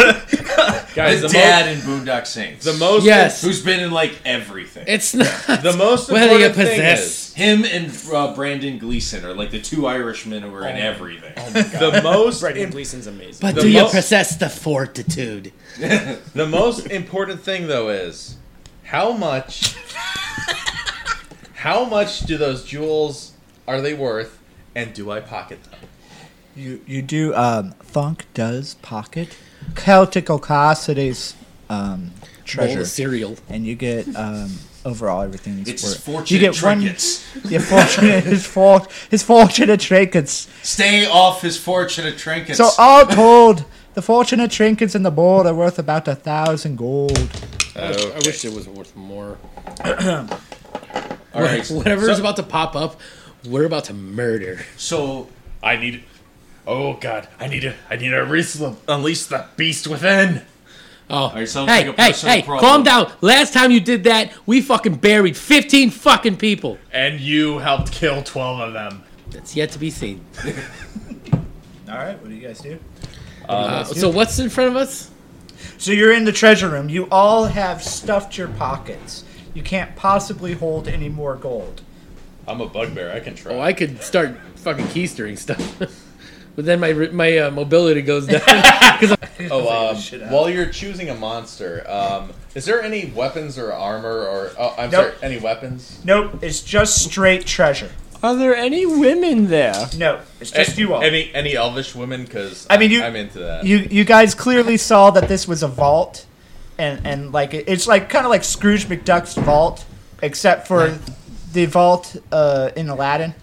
Speaker 5: Guys,
Speaker 2: the,
Speaker 5: the
Speaker 2: dad in Boondock Saints. The
Speaker 5: most-
Speaker 7: Yes.
Speaker 2: who's been in like everything.
Speaker 7: It's not
Speaker 5: the most
Speaker 7: Whether you
Speaker 5: important thing
Speaker 7: possess-
Speaker 5: is
Speaker 2: him and uh, Brandon Gleason are like the two Irishmen who were
Speaker 7: Oh
Speaker 2: in everything.
Speaker 5: the most
Speaker 9: Brendan Gleason's amazing.
Speaker 7: But
Speaker 5: The
Speaker 7: do you
Speaker 5: most-
Speaker 7: possess the fortitude?
Speaker 5: the most important thing though is how much how much do those jewels are they worth and do I pocket them?
Speaker 8: You you do um Thunk does pocket Celtic Cassidy's um treasure
Speaker 7: Bowl of cereal.
Speaker 8: and you get um overall everything he's
Speaker 2: It's
Speaker 8: worth.
Speaker 2: his fortunate trinkets.
Speaker 8: one yeah, fortunate his fort his fortunate trinkets.
Speaker 2: Stay off his fortunate trinkets.
Speaker 8: So uh, all told, the fortunate trinkets in the board are worth about a thousand gold.
Speaker 7: I wish it was worth more.
Speaker 5: All right.
Speaker 7: Whatever is
Speaker 5: So-
Speaker 7: about to pop up, we're about to murder.
Speaker 5: So I need. Oh God! I need to. I need to unleash the, unleash the beast within.
Speaker 7: Oh.
Speaker 5: All right,
Speaker 7: hey, hey, hey, calm down. Last time you did that, we fucking buried 15 fucking people.
Speaker 5: And you helped kill twelve of them.
Speaker 7: That's yet to be seen.
Speaker 8: All right, what do you guys do?
Speaker 7: Uh, so what's in front of us?
Speaker 8: So you're in the treasure room. You all have stuffed your pockets. You can't possibly hold any more gold.
Speaker 5: I'm a bugbear. I can try.
Speaker 7: Oh, I could start fucking keystering stuff. but then my my uh, mobility goes down.
Speaker 5: Oh, um, while you're choosing a monster, um, is there any weapons or armor or? Oh, I'm
Speaker 8: Nope.
Speaker 5: sorry. Any weapons?
Speaker 8: Nope, it's just straight treasure.
Speaker 9: Are there any women there?
Speaker 8: No, it's just
Speaker 5: A-
Speaker 8: you all.
Speaker 5: Any any elvish women? Because
Speaker 8: I mean, you.
Speaker 5: Eh, I'm into that.
Speaker 8: You you guys clearly saw that this was a vault, and and like it- it's like kind of like Scrooge McDuck's vault, except for the vault uh, in Aladdin.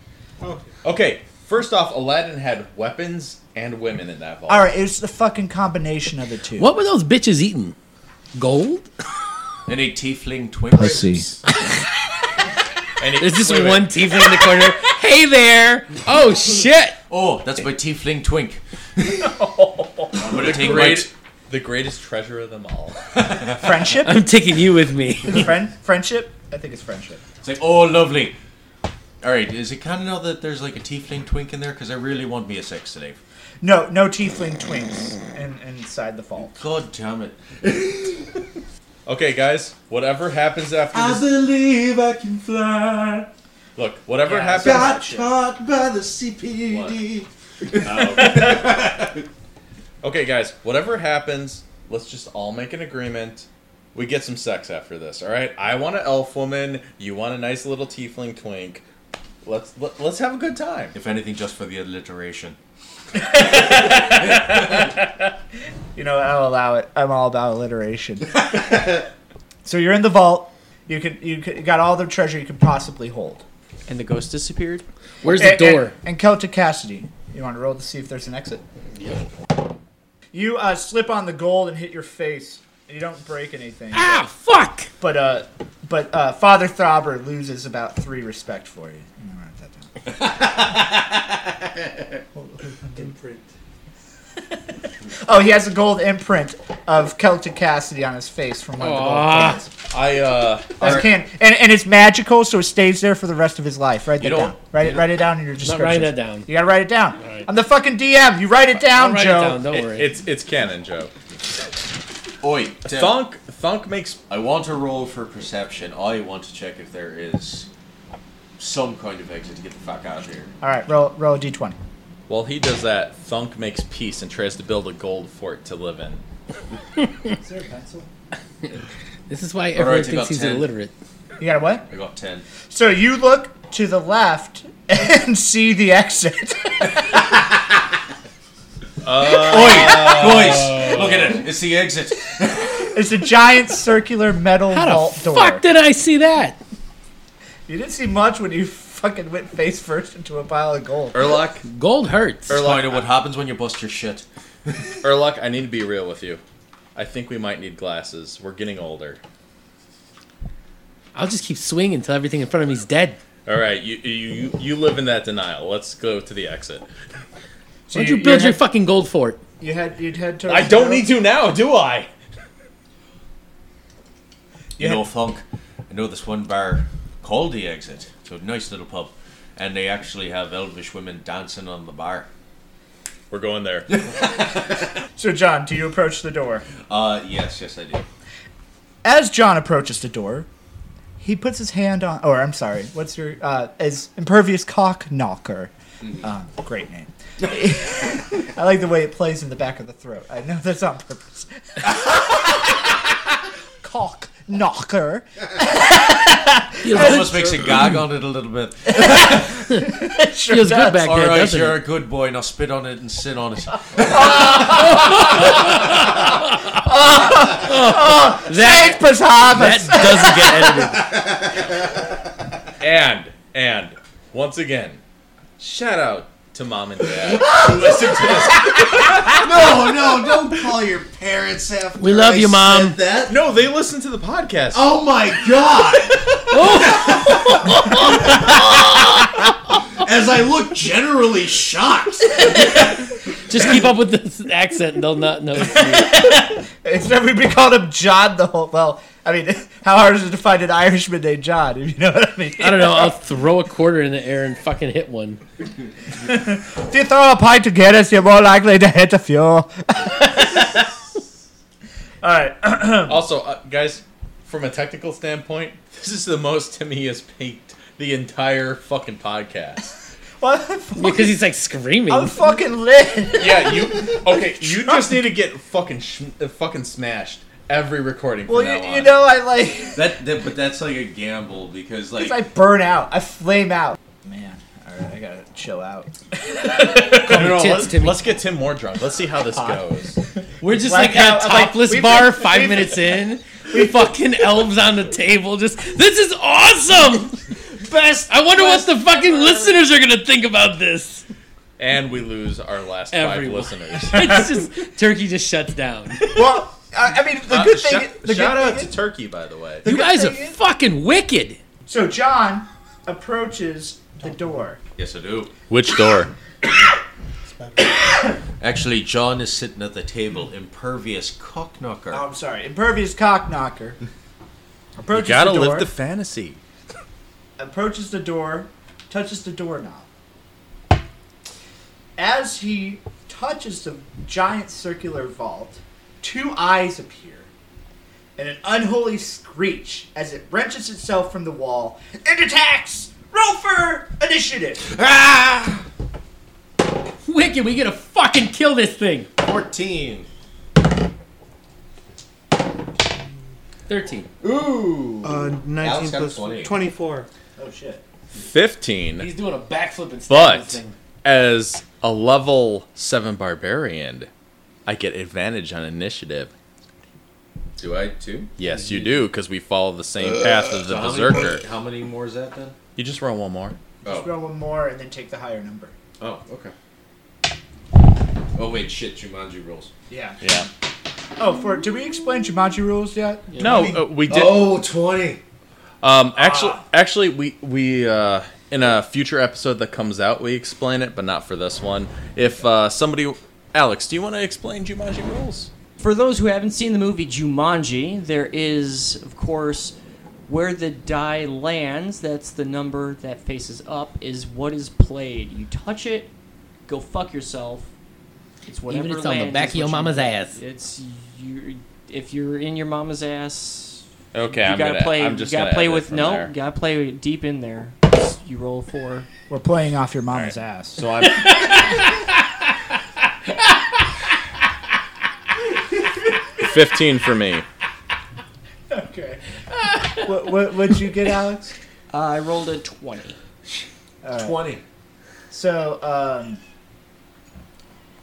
Speaker 5: Okay. First off, Aladdin had weapons and women in that vault.
Speaker 8: All right, it's the fucking combination of the two.
Speaker 7: What were those bitches eating? Gold?
Speaker 2: Any tiefling twin
Speaker 8: Pussy.
Speaker 2: Any-
Speaker 7: There's just
Speaker 2: wait a
Speaker 7: one
Speaker 2: minute.
Speaker 7: tiefling in the corner. Hey there! Oh shit!
Speaker 2: Oh, that's my tiefling twink. I'm gonna
Speaker 5: the,
Speaker 2: take my
Speaker 5: great-
Speaker 2: t-
Speaker 5: the greatest treasure of them all.
Speaker 8: Friendship?
Speaker 7: I'm taking you with me.
Speaker 8: Friend friendship? I think it's friendship.
Speaker 2: It's like, oh, lovely. All right, is it canonical that there's like a tiefling twink in there? Because I really want me a sex today.
Speaker 8: No, no tiefling twins in, inside the vault.
Speaker 2: God damn it.
Speaker 5: Okay, guys. Whatever happens after this,
Speaker 10: believe I can fly.
Speaker 5: look. Whatever
Speaker 10: Yeah,
Speaker 5: happens.
Speaker 10: Got caught by the CPD.
Speaker 5: Oh. Okay, guys, whatever happens, let's just all make an agreement. We get some sex after this, all right? I want an elf woman. You want a nice little tiefling twink. Let's let, let's have a good time.
Speaker 2: If anything, just for the alliteration.
Speaker 8: You know, I'll allow it. I'm all about alliteration. so you're in the vault. You can you could, you got all the treasure you could possibly hold.
Speaker 9: And the ghost disappeared?
Speaker 8: And- And, and Celtic Cassidy. You want to roll to see if there's an exit? Yeah. You uh, slip on the gold and hit your face. You don't break anything. Ah,
Speaker 7: fuck!
Speaker 8: But uh, but uh, Father Throbber loses about three respect for you. I'm gonna write that down. Hold- hold on.
Speaker 6: Imprint.
Speaker 8: oh, he has a gold imprint of Celtic Cassidy on his face from one of the gold coins.
Speaker 5: I uh
Speaker 8: That's
Speaker 5: are-
Speaker 8: can and, and it's magical, so it stays there for the rest of his life. Write
Speaker 5: You
Speaker 8: that
Speaker 5: don't-
Speaker 8: down. Write it. Write it down in your
Speaker 7: Not
Speaker 8: description.
Speaker 7: writing that down.
Speaker 8: You gotta write it down. I'm the fucking DM. You write it down,
Speaker 7: write it
Speaker 8: Joe.
Speaker 7: down,
Speaker 5: it- It's it's canon, Joe.
Speaker 2: Oi, Tim.
Speaker 5: Thunk Thunk makes.
Speaker 2: I want to roll for perception. I want to check if there is some kind of exit to get the fuck out of here.
Speaker 8: All right, roll roll a d20.
Speaker 5: While he does that, Thunk makes peace and tries to build a gold fort to live in.
Speaker 8: Is there a pencil?
Speaker 7: This is why
Speaker 5: All
Speaker 7: everyone
Speaker 5: right, you
Speaker 7: thinks
Speaker 5: got
Speaker 7: he's
Speaker 5: 10.
Speaker 7: illiterate.
Speaker 8: You got a what?
Speaker 2: I got ten.
Speaker 8: So you look to the left and see the exit.
Speaker 2: Uh, Oi, boys, uh, look at it. It's the exit.
Speaker 8: it's a giant circular metal
Speaker 7: How the
Speaker 8: vault door.
Speaker 7: Fuck! Did I see that?
Speaker 8: You didn't see much when you fucking went face first into a pile of gold.
Speaker 5: Erlock,
Speaker 7: gold hurts.
Speaker 5: Erlock,
Speaker 2: what happens when you bust your shit?
Speaker 5: Erlock, I need to be real with you. I think we might need glasses. We're getting older.
Speaker 7: I'll just keep swinging until everything in front of me's dead.
Speaker 5: All right, you you you live in that denial. Let's go to the exit.
Speaker 7: Why don't you build your fucking gold fort?
Speaker 8: You head you'd head towards
Speaker 5: I don't need to now, do I?
Speaker 2: You know, Funk, I know this one bar called The Exit. It's a nice little pub. And they actually have elvish women dancing on the bar.
Speaker 5: We're going there.
Speaker 8: So John, do you approach the door?
Speaker 2: uh, yes, yes, I do.
Speaker 8: As John approaches the door, he puts his hand on. Or I'm sorry. What's your uh, as impervious cock knocker? Um, great name. I like the way it plays in the back of the throat. I know that's on purpose. cock knocker.
Speaker 2: It almost makes a gag on it a little bit.
Speaker 8: It sure Feels good does. back
Speaker 2: All
Speaker 8: there,
Speaker 2: right,
Speaker 8: doesn't
Speaker 2: you're
Speaker 8: it?
Speaker 2: a good boy. Now spit on it and sit on it.
Speaker 8: oh,
Speaker 5: that-
Speaker 8: Saint Barnabas.
Speaker 5: and and once again, shout out to mom and dad who listen to this.
Speaker 10: no, no, don't call your parents after. I said that.
Speaker 5: No, they listen to the podcast.
Speaker 10: Oh my god!
Speaker 2: As I look generally shocked.
Speaker 7: Just keep up with this accent and they'll not know.
Speaker 8: Except we called him John the whole. Well, I mean, how hard is it to find an Irishman named John? If you know what I mean.
Speaker 7: I don't know. I'll throw a quarter in the air and fucking hit one.
Speaker 8: If you throw a pint to Guinness, you're more likely to hit a few. All right.
Speaker 5: also, uh, guys, from a technical standpoint, this is the most Timmy has peaked the entire fucking podcast.
Speaker 8: What?
Speaker 7: Because he's like screaming.
Speaker 8: I'm fucking lit.
Speaker 5: yeah, you. Okay, you just need to get fucking sh- uh, fucking smashed every recording. From
Speaker 8: Well,
Speaker 5: now
Speaker 8: you,
Speaker 5: on.
Speaker 8: you know, I like.
Speaker 2: That, that, but that's like a gamble because like
Speaker 8: Because I burn out. I flame out.
Speaker 3: Man, all right, I gotta chill out.
Speaker 5: No, no, no,
Speaker 7: Tits,
Speaker 5: let's,
Speaker 7: Timmy.
Speaker 5: let's get Tim more drunk. Let's see how this goes.
Speaker 7: We're just
Speaker 5: Like
Speaker 7: like, at
Speaker 5: how-
Speaker 7: a
Speaker 5: like,
Speaker 7: topless
Speaker 5: we've
Speaker 7: bar
Speaker 5: been-
Speaker 7: five
Speaker 5: we've-
Speaker 7: minutes in. We fucking elves on the table. Just this is awesome. Best. I wonder what the fucking listeners are gonna think about this.
Speaker 5: And we lose our last
Speaker 7: Everyone.
Speaker 5: five listeners.
Speaker 7: it's just Turkey just shuts down.
Speaker 8: Well, I, I mean, the
Speaker 5: Uh,
Speaker 8: good
Speaker 5: shou-
Speaker 8: thing. the
Speaker 5: shout
Speaker 8: good
Speaker 5: out
Speaker 8: thing
Speaker 5: to Turkey, by the way.
Speaker 7: you
Speaker 8: good
Speaker 7: guys are
Speaker 8: thing is-
Speaker 7: fucking wicked.
Speaker 8: So John approaches the door.
Speaker 2: yes, I do.
Speaker 5: Which door?
Speaker 2: Actually, John is sitting at the table, impervious cock knocker.
Speaker 8: Oh, I'm sorry. Impervious cock knocker.
Speaker 5: You
Speaker 8: Approaches
Speaker 5: gotta
Speaker 8: the door.
Speaker 5: live the fantasy.
Speaker 8: approaches the door, touches the doorknob. As he touches the giant circular vault, two eyes appear, and an unholy screech as it wrenches itself from the wall and attacks. Roll for initiative.
Speaker 2: Ah!
Speaker 7: Wicked. We gotta fucking kill this thing.
Speaker 2: 14.
Speaker 7: Thirteen.
Speaker 6: Ooh. Uh, 19
Speaker 2: Alex got
Speaker 6: plus
Speaker 2: 20.
Speaker 6: 24.
Speaker 8: Oh shit!
Speaker 5: Fifteen.
Speaker 7: He's doing a backflip and stabbing
Speaker 5: But
Speaker 7: this thing.
Speaker 5: as a level seven barbarian, I get advantage on initiative.
Speaker 2: Do I too?
Speaker 5: Yes, you do, because we follow the same path as the
Speaker 2: So how many-
Speaker 5: berserker.
Speaker 2: how many more is that then?
Speaker 5: You just roll one more.
Speaker 8: Just roll one more and then take the higher number.
Speaker 2: Oh, okay. Oh wait, shit, Jumanji rules.
Speaker 8: Yeah.
Speaker 5: Yeah.
Speaker 8: Oh, for did we explain Jumanji rules yet?
Speaker 5: No, uh, we did.
Speaker 2: Oh, 20.
Speaker 5: Um, actually, actually, we we uh, in a future episode that comes out, we explain it, but not for this one. If uh, somebody, Alex, do you want to explain Jumanji rules?
Speaker 9: For those who haven't seen the movie Jumanji, there is, of course, where the die lands, that's the number that faces up, is what is played. You touch it, go fuck yourself. It's whatever
Speaker 7: it's on the
Speaker 9: lands
Speaker 7: back
Speaker 9: is
Speaker 7: of your
Speaker 9: what you
Speaker 7: mama's
Speaker 9: get.
Speaker 7: ass.
Speaker 9: It's you. If you're in your mama's ass,
Speaker 5: Okay,
Speaker 9: you
Speaker 5: I'm
Speaker 9: gotta
Speaker 5: gonna-
Speaker 9: play.
Speaker 5: I'm just
Speaker 9: you
Speaker 5: gonna
Speaker 9: gotta play
Speaker 5: edit
Speaker 9: with
Speaker 5: from
Speaker 9: no.
Speaker 5: there.
Speaker 9: You gotta play deep in there. You roll four.
Speaker 8: We're playing off your mama's ass.
Speaker 5: So I'm fifteen for me.
Speaker 8: Okay. what what what'd you get, Alex?
Speaker 9: Uh, I rolled a twenty.
Speaker 8: All right.
Speaker 2: 20.
Speaker 8: So, um,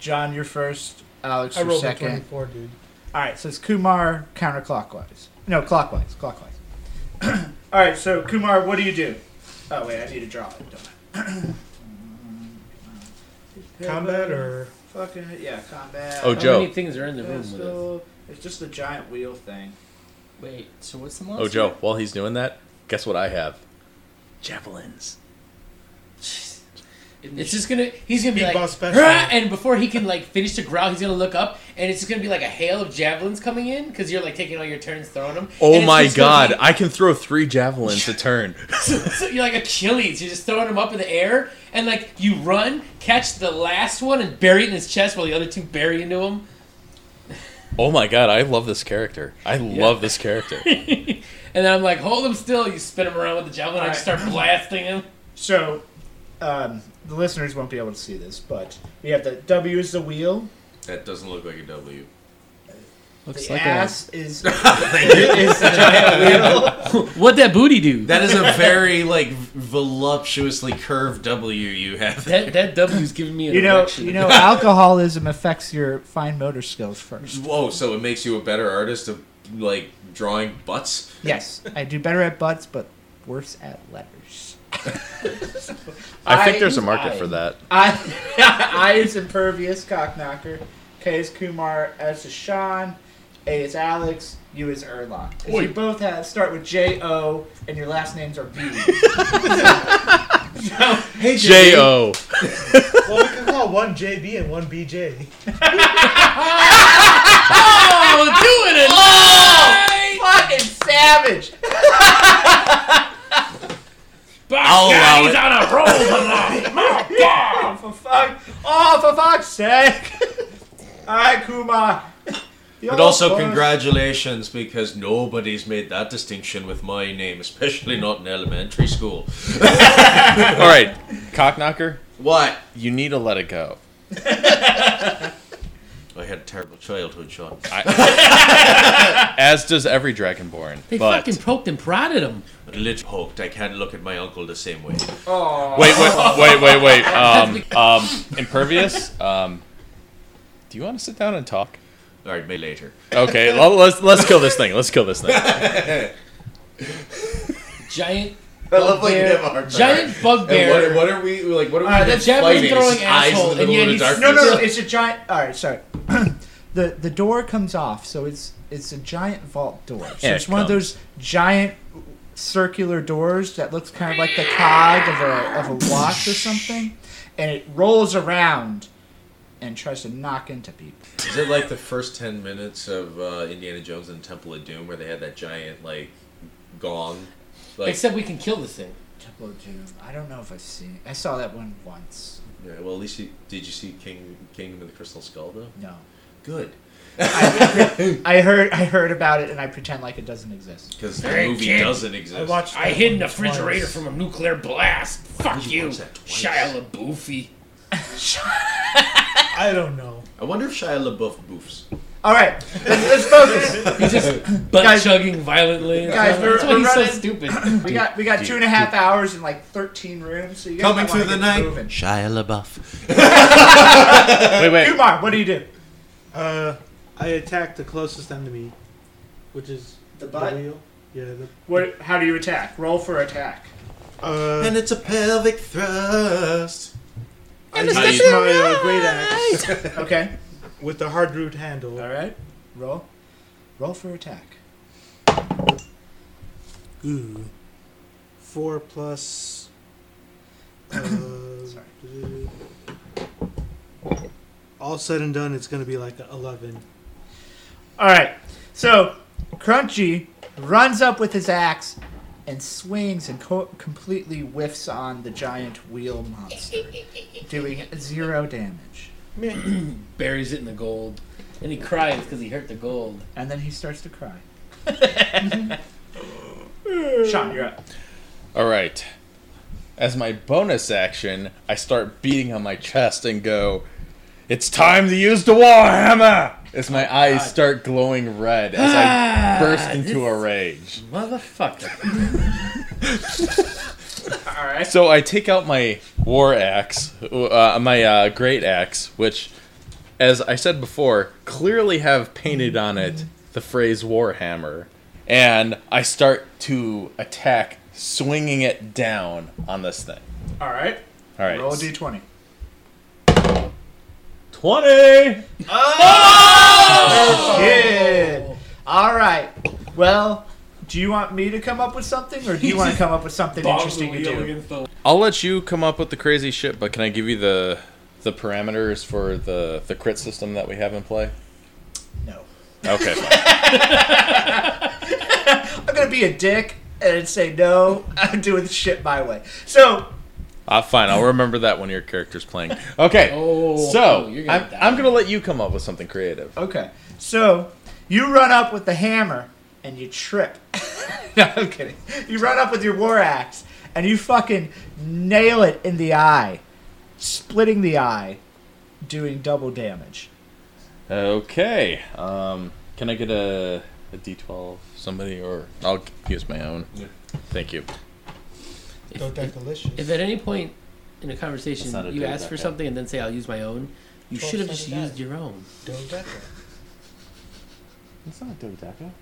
Speaker 8: John, you're first. Alex,
Speaker 6: I
Speaker 8: you're
Speaker 6: rolled a
Speaker 8: second.
Speaker 6: 24, dude.
Speaker 8: All right, so it's Kumar counterclockwise. No, clockwise, clockwise. All right, so Kumar, what do you do? Oh wait, I need to draw it. Don't I?
Speaker 6: Combat or.
Speaker 8: fucking yeah, combat.
Speaker 5: Oh,
Speaker 7: How
Speaker 5: Joe.
Speaker 7: many things are in the room with us?
Speaker 8: Pistol. It's just the giant wheel thing.
Speaker 9: Wait. So what's the monster?
Speaker 5: Oh, Joe. While he's doing that, guess what I have?
Speaker 7: Javelins.
Speaker 9: In the
Speaker 7: It's just gonna. He's gonna be
Speaker 6: Big
Speaker 7: like,
Speaker 6: boss special.
Speaker 7: "Hurrah!" and before he can like finish the growl, he's gonna look up, and it's just gonna be like a hail of javelins coming in because you're like taking all your turns throwing them.
Speaker 5: Oh
Speaker 7: And it's
Speaker 5: my
Speaker 7: just gonna
Speaker 5: God! I can throw three javelins a turn.
Speaker 7: be- so you're like Achilles. You're just throwing them up in the air, and like you run, catch the last one, and bury it in his chest while the other two bury into him.
Speaker 5: Oh my God! I love this character. I love this character.
Speaker 7: and then I'm like, "Hold him still!" You spin him around with the javelin. I just start blasting him.
Speaker 8: So, um, the listeners won't be able to see this, but we have the W is the wheel.
Speaker 2: That doesn't look like a W.
Speaker 9: Looks
Speaker 8: the
Speaker 9: like
Speaker 8: ass is, is the giant wheel.
Speaker 7: What that booty do?
Speaker 2: That is a very like voluptuously curved W you have.
Speaker 7: That that W's giving me an
Speaker 8: You know,
Speaker 7: erection.
Speaker 8: you know, alcoholism affects your fine motor skills first.
Speaker 2: Whoa! So it makes you a better artist of like drawing butts.
Speaker 8: Yes, I do better at butts, but worse at letters.
Speaker 5: I think there's a
Speaker 8: I-
Speaker 5: market for that.
Speaker 8: I, I is impervious cock knocker. K is Kumar. S is Sean.
Speaker 3: A is Alex, U is Erlock. If
Speaker 12: Wait.
Speaker 3: you both have start with J O and your last names are B.
Speaker 10: Hey,
Speaker 2: J.O..
Speaker 10: well, we can call one JB and one BJ.
Speaker 3: oh, doing it! Oh, fucking savage!
Speaker 10: I'll allow it.
Speaker 3: on a roll tonight. My God! For fuck! Oh, for fuck's sake! All right, Kumar.
Speaker 2: But also, congratulations because nobody's made that distinction with my name, especially not in elementary school.
Speaker 5: All right, cockknocker.
Speaker 2: What?
Speaker 5: You need to let it go.
Speaker 2: I had a terrible childhood, Sean.
Speaker 5: As does every Dragonborn.
Speaker 7: They
Speaker 5: but
Speaker 7: fucking poked and prodded him.
Speaker 2: Lit poked. I can't look at my uncle the same way.
Speaker 7: Aw.
Speaker 5: wait, wait, wait, wait, wait. Um, um, impervious. Um, do you want to sit down and talk?
Speaker 2: All right, may later.
Speaker 5: Okay, well, let's let's kill this thing. Let's kill this thing.
Speaker 7: Giant.
Speaker 2: I love like
Speaker 7: bugbear-
Speaker 2: you have a hard time.
Speaker 7: Giant bugbear.
Speaker 2: And what, what are we like? What are we
Speaker 7: Alright,
Speaker 2: even
Speaker 7: the Japanese
Speaker 2: fighting?
Speaker 7: throwing
Speaker 2: It's eyes
Speaker 7: asshole,
Speaker 2: in the
Speaker 7: and yet
Speaker 2: middle of the
Speaker 7: he's-
Speaker 2: darkness.
Speaker 8: No, no, no, it's a giant. All right, sorry. the The door comes off, so it's it's a giant vault door. So
Speaker 11: Yeah,
Speaker 8: it's
Speaker 11: it
Speaker 8: one of
Speaker 11: comes.
Speaker 8: those giant circular doors that looks kind of like the cog of a of a watch or something, and it rolls around and tries to knock into people.
Speaker 2: Is it like the first ten minutes of uh, Indiana Jones and Temple of Doom where they had that giant like gong? Like,
Speaker 8: Except we can kill this thing. Temple of Doom. I don't know if I've seen. it. I saw that one once.
Speaker 2: Yeah, well, at least you, did you see King Kingdom of the Crystal Skull though?
Speaker 8: No.
Speaker 2: Good.
Speaker 8: I, I heard I heard about it and I pretend like it doesn't exist.
Speaker 2: 'Cause the Hey, movie kid. doesn't exist. I watched
Speaker 7: I
Speaker 2: that
Speaker 7: hid in a
Speaker 2: one twice.
Speaker 7: refrigerator from a nuclear blast. Fuck
Speaker 2: did
Speaker 7: you,
Speaker 2: you watch that twice?
Speaker 7: Shia LaBeoufy.
Speaker 10: I don't know.
Speaker 2: I wonder if Shia LaBeouf boofs.
Speaker 8: All right, let's, let's focus.
Speaker 7: He's just butt
Speaker 8: Guys-
Speaker 7: chugging violently.
Speaker 8: Guys, we're,
Speaker 7: That's why
Speaker 8: we're
Speaker 7: he's
Speaker 8: running.
Speaker 7: so stupid.
Speaker 8: We got we got two and a half hours and like thirteen rooms. So you guys
Speaker 2: Coming
Speaker 8: might wanna
Speaker 2: through the
Speaker 8: get
Speaker 2: night,
Speaker 8: moving.
Speaker 2: Shia LaBeouf.
Speaker 5: Wait, wait.
Speaker 8: Kumar, what do you do?
Speaker 6: Uh, I attack the closest enemy, which is
Speaker 8: The butt?
Speaker 6: wheel. Yeah. The,
Speaker 8: What? How do you attack? Roll for attack.
Speaker 6: uh,
Speaker 2: and it's a pelvic thrust.
Speaker 6: I
Speaker 2: And it's
Speaker 6: use
Speaker 2: the
Speaker 6: my uh, great axe.
Speaker 8: okay.
Speaker 6: With the hard root handle. All
Speaker 8: right. Roll. Roll for attack.
Speaker 6: Ooh. Four plus. Uh, Sorry. All said and done, it's going to be like a eleven.
Speaker 8: All right. So Crunchy runs up with his axe and swings and co- completely whiffs on the giant wheel monster, doing zero damage.
Speaker 7: Buries it in the gold, and he cries because he hurt the gold.
Speaker 8: And then he starts to cry.
Speaker 7: Sean,
Speaker 8: you're up.
Speaker 5: All right. As my bonus action, I start beating on my chest and go, "It's time to use the warhammer." As my eyes start glowing red as I
Speaker 7: Ah,
Speaker 5: burst into
Speaker 7: this-
Speaker 5: a rage.
Speaker 7: Motherfucker.
Speaker 5: So I take out my war axe, uh, my uh, great axe, which, as I said before, clearly have painted on it the phrase Warhammer, and I start to attack, swinging it down on this thing.
Speaker 8: All right.
Speaker 5: All right,
Speaker 8: Roll a d20.
Speaker 5: twenty.
Speaker 8: Oh, shit. All right. Well, do you want me to come up with something, or do you want to come up with something interesting to do?
Speaker 5: I'll let you come up with the crazy shit, but can I give you the the parameters for the the crit system that we have in play?
Speaker 8: No.
Speaker 5: Okay. fine.
Speaker 8: I'm gonna be a dick and say no. I'm doing the shit my way. So
Speaker 5: Ah, fine. I'll remember that when your character's playing. Okay.
Speaker 8: Oh,
Speaker 5: so
Speaker 8: you're gonna
Speaker 5: I'm, I'm gonna let you come up with something creative.
Speaker 8: okay. So you run up with the hammer and you trip. no, I'm kidding. You run up with your war axe and you fucking nail it in the eye, splitting the eye, doing double damage.
Speaker 5: Okay. Um, can I get a a D12? Somebody or I'll use my own. Thank you.
Speaker 6: Don't that delicious.
Speaker 7: If at any point in a conversation
Speaker 5: It's not a
Speaker 7: you
Speaker 5: dude
Speaker 7: ask
Speaker 5: back
Speaker 7: for
Speaker 5: there.
Speaker 7: something and then say I'll use my own, you
Speaker 6: Twelve
Speaker 7: should have just
Speaker 6: sided die.
Speaker 7: used your own.
Speaker 5: It's not a dodeca.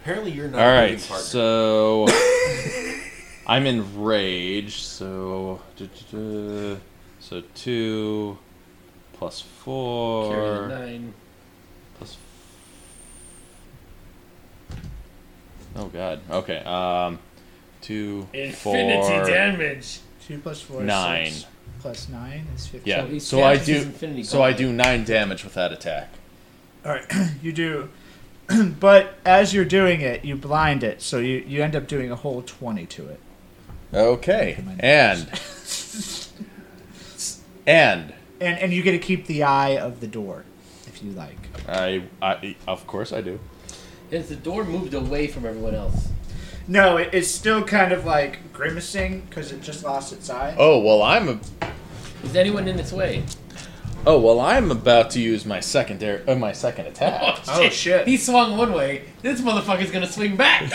Speaker 2: Apparently, you're not.
Speaker 5: All
Speaker 2: a
Speaker 5: right,
Speaker 2: moving partner.
Speaker 5: so I'm enraged. So, duh, duh, duh. so two plus four.
Speaker 7: Carry the nine.
Speaker 5: Plus. Oh god. Okay. Um, two.
Speaker 13: Infinity
Speaker 5: four,
Speaker 13: damage.
Speaker 8: Two plus four. is
Speaker 5: Nine.
Speaker 8: six. Plus nine is fifteen.
Speaker 5: Yeah. So I do. So I do nine damage with that attack.
Speaker 8: All right, you do. but as you're doing it, you blind it, so you, you end up doing a whole 20 to it.
Speaker 5: Okay. And. and
Speaker 8: And, and you get to keep the eye of the door, if you like.
Speaker 5: I, I of course I do.
Speaker 7: Is the door moved away from everyone else?
Speaker 8: No, it, it's still kind of like grimacing because it just lost its eye.
Speaker 5: Oh well, I'm. A,
Speaker 7: Is anyone in its way?
Speaker 5: oh well, I'm about to use my secondary. Uh, my second attack.
Speaker 8: Oh,
Speaker 7: He swung one way. This motherfucker's gonna swing back.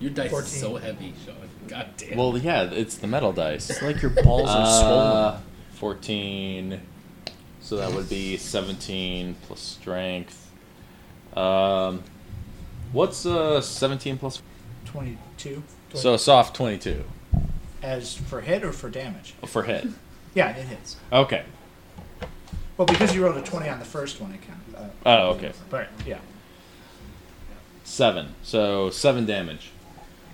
Speaker 7: Your dice is so heavy, Sean. God damn.
Speaker 5: Well, yeah, it's the metal dice. It's
Speaker 9: like your balls are
Speaker 5: Uh,
Speaker 9: swollen.
Speaker 5: Fourteen. So that would be seventeen plus strength. Um, what's uh seventeen plus?
Speaker 8: 22.
Speaker 5: So soft twenty-two
Speaker 8: as for hit or for damage?
Speaker 5: for hit.
Speaker 8: Yeah, it hits.
Speaker 5: Okay.
Speaker 8: Well, because you rolled a 20 on the first one, it counted. Uh,
Speaker 5: Oh, okay.
Speaker 8: but, yeah.
Speaker 5: Seven. So seven damage.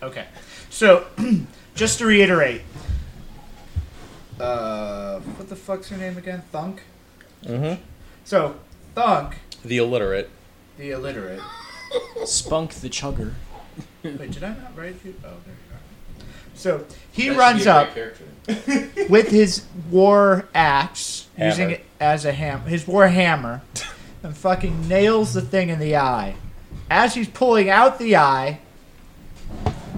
Speaker 8: Okay. So, just to reiterate, uh, what the fuck's her name again? Thunk.
Speaker 5: Mm-hmm.
Speaker 8: So, Thunk,
Speaker 5: The illiterate.
Speaker 8: the illiterate.
Speaker 9: Spunk the chugger.
Speaker 8: Wait, did I not write you? Oh, there you are. So he
Speaker 7: That should
Speaker 8: runs
Speaker 7: be a great
Speaker 8: up with his war axe,
Speaker 7: Hammer.
Speaker 8: using it as a ham, his war hammer, and fucking nails the thing in the eye. As he's pulling out the eye,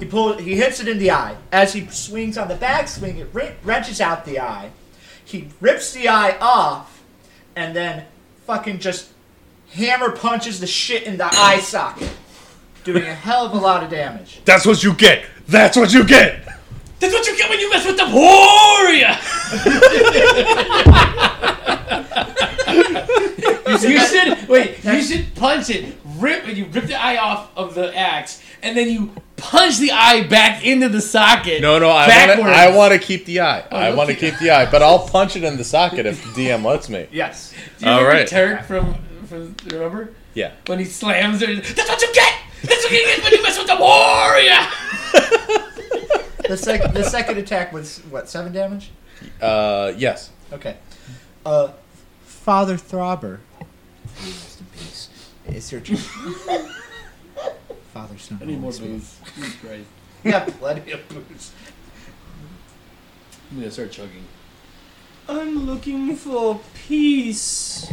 Speaker 8: he pull, he hits it in the eye. As he swings on the backswing, it wren- wrenches out the eye. He rips the eye off, and then fucking just hammer punches the shit in the eye socket, doing a hell of a lot of damage.
Speaker 14: That's what you get. That's what you get.
Speaker 7: That's what you get when you mess with the warrior. you should wait. You should punch it. Rip and you rip the eye off of the axe, and then you punch the eye back into the socket.
Speaker 5: No, no, I want
Speaker 7: backwards.
Speaker 5: to. I want to keep the eye. I
Speaker 7: you'll
Speaker 5: want to
Speaker 7: keep-
Speaker 5: keep the eye, but I'll punch it in the socket if the DM lets me.
Speaker 8: Yes.
Speaker 7: Do you
Speaker 5: All
Speaker 7: remember
Speaker 5: right.
Speaker 7: Turk from from remember
Speaker 5: Yeah.
Speaker 7: when he slams her? That's what you get. That's what you get when you mess with the warrior.
Speaker 8: the, sec- the second attack was what seven damage?
Speaker 5: Uh, yes.
Speaker 8: Okay. Uh, Father Throbber. It's your turn. Father Snow.
Speaker 7: I need more booze. Jesus Christ.
Speaker 8: Yeah, plenty of booze.
Speaker 7: I'm gonna start chugging.
Speaker 9: I'm looking for peace.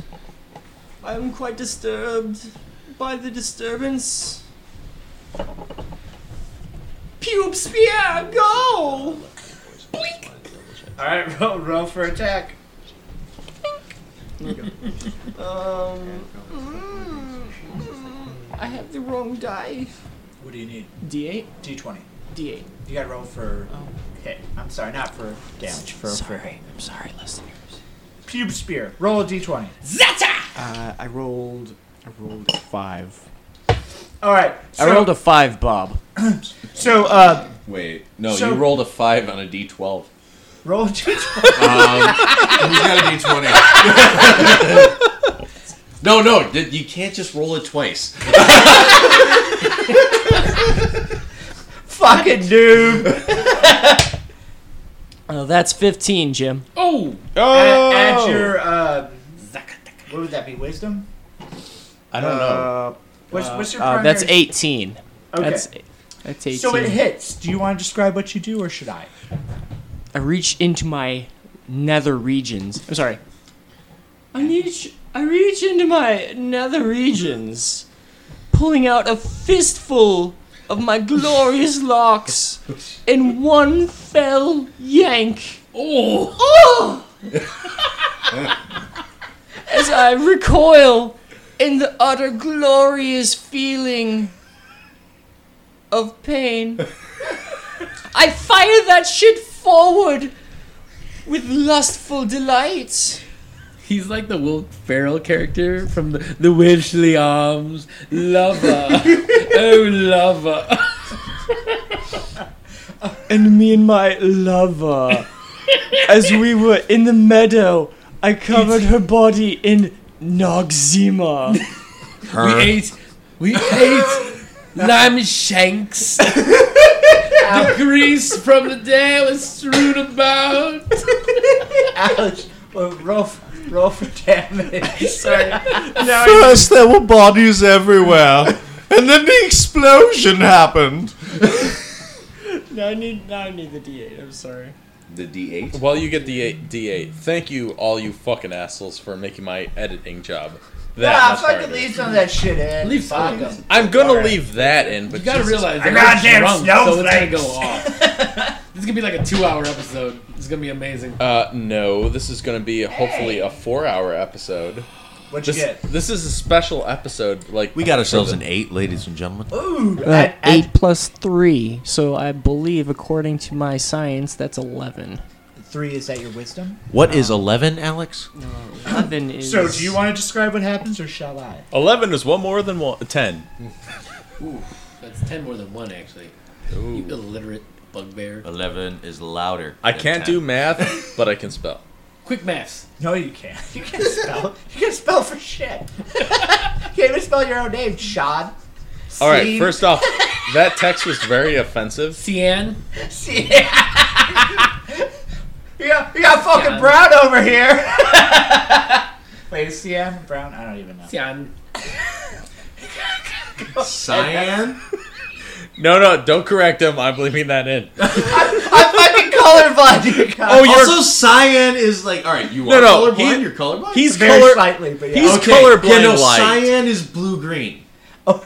Speaker 9: I'm quite disturbed by the disturbance. Pube spear, go!
Speaker 8: All right, roll, roll for attack.
Speaker 9: Um, mm, I have the wrong die.
Speaker 8: What do you need?
Speaker 9: D8?
Speaker 8: D20.
Speaker 9: D8.
Speaker 8: You got to roll for hit. I'm sorry, not for damage. For
Speaker 9: Oh. sorry, I'm sorry, listeners.
Speaker 8: Pube spear. Roll a D20.
Speaker 15: Uh, I rolled. I rolled a five.
Speaker 8: All right.
Speaker 15: I rolled a five, Bob.
Speaker 8: So, uh,
Speaker 5: Wait, no,
Speaker 8: So-
Speaker 5: you rolled a five on a d12. Um,
Speaker 8: roll a
Speaker 5: he's got a d20. no, no, th- you can't just roll it twice.
Speaker 8: Fucking noob.
Speaker 9: Oh, that's 15, Jim.
Speaker 7: Oh.
Speaker 8: Add, add your um, what would that be? Wisdom.
Speaker 5: I don't know.
Speaker 8: What's, what's your
Speaker 9: Uh,
Speaker 8: primary?
Speaker 9: that's 18.
Speaker 8: Okay.
Speaker 9: That's, that's 18.
Speaker 8: So it hits. Do you want to describe what you do, or should I?
Speaker 9: I reach into my nether regions. I'm sorry. I reach, I reach into my nether regions, pulling out a fistful of my glorious locks in one fell yank.
Speaker 7: Oh!
Speaker 9: oh! As I recoil in the utter glorious feeling of pain, I fire that shit forward with lustful delight.
Speaker 7: He's like the Will Ferrell character from the, the Witchly Arms. Lover. oh, lover.
Speaker 9: And me and my lover As we were in the meadow, I covered her body in Noxzema.
Speaker 7: We ate. We ate lamb shanks. the grease from the day was strewn about.
Speaker 8: Ouch. Well, rough, roll for damage. Sorry. now
Speaker 2: First, there were bodies everywhere, and then the explosion happened.
Speaker 9: no, I need, no, I need the D8. I'm sorry.
Speaker 2: The D8?
Speaker 5: Well, you get the eight, D8. Thank you, all you fucking assholes, for making my editing job that
Speaker 8: nah,
Speaker 5: much
Speaker 8: fucking
Speaker 5: harder.
Speaker 8: leave some of that shit in.
Speaker 7: Leave some
Speaker 8: Fuck
Speaker 7: of
Speaker 8: 'em.
Speaker 7: it.
Speaker 5: I'm gonna leave that in, but
Speaker 7: You gotta
Speaker 5: Jesus
Speaker 7: realize
Speaker 5: Christ.
Speaker 7: they're all drunk, so it's gonna go off. this is gonna be like a two-hour episode. It's gonna be amazing.
Speaker 5: Uh, no, this is going to be hopefully a four-hour episode.
Speaker 8: What'd
Speaker 7: you
Speaker 5: this,
Speaker 7: get?
Speaker 5: This is a special episode. Like
Speaker 2: We got ourselves an eight, ladies and gentlemen.
Speaker 8: Ooh,
Speaker 9: Uh, eight plus three, so I believe, according to my science, that's eleven.
Speaker 8: Three is that your wisdom?
Speaker 2: What is 11, Alex?
Speaker 9: Eleven is.
Speaker 8: So, do you want to describe what happens, or shall I?
Speaker 5: Eleven is one more than one, ten.
Speaker 7: Ooh, that's ten more than one, actually. You illiterate bugbear.
Speaker 2: Eleven is louder.
Speaker 5: I
Speaker 2: than
Speaker 5: can't
Speaker 2: 10.
Speaker 5: do math, but I can spell.
Speaker 7: Quick maths.
Speaker 8: No, you can't. You can't spell. You can't spell for shit. you can't even spell your own name, Sean.
Speaker 5: All right. First off, that text was very offensive.
Speaker 7: Cian.
Speaker 8: yeah. you, got, you got fucking Brown over here. Wait, is CM Brown? I don't even know.
Speaker 7: Cian.
Speaker 2: Cyan?
Speaker 5: No, no, don't correct him. I'm leaving that in.
Speaker 8: I'm fucking colorblind. You guys.
Speaker 2: Oh, also cyan is like all right. You
Speaker 5: No,
Speaker 2: are
Speaker 5: no,
Speaker 2: colorblind.
Speaker 5: he-
Speaker 2: you're colorblind.
Speaker 5: he's
Speaker 8: Very
Speaker 5: color.
Speaker 8: slightly, but yeah.
Speaker 5: He's
Speaker 2: Okay,
Speaker 5: colorblind.
Speaker 2: Yeah, no,
Speaker 5: light.
Speaker 2: cyan is blue green. Oh.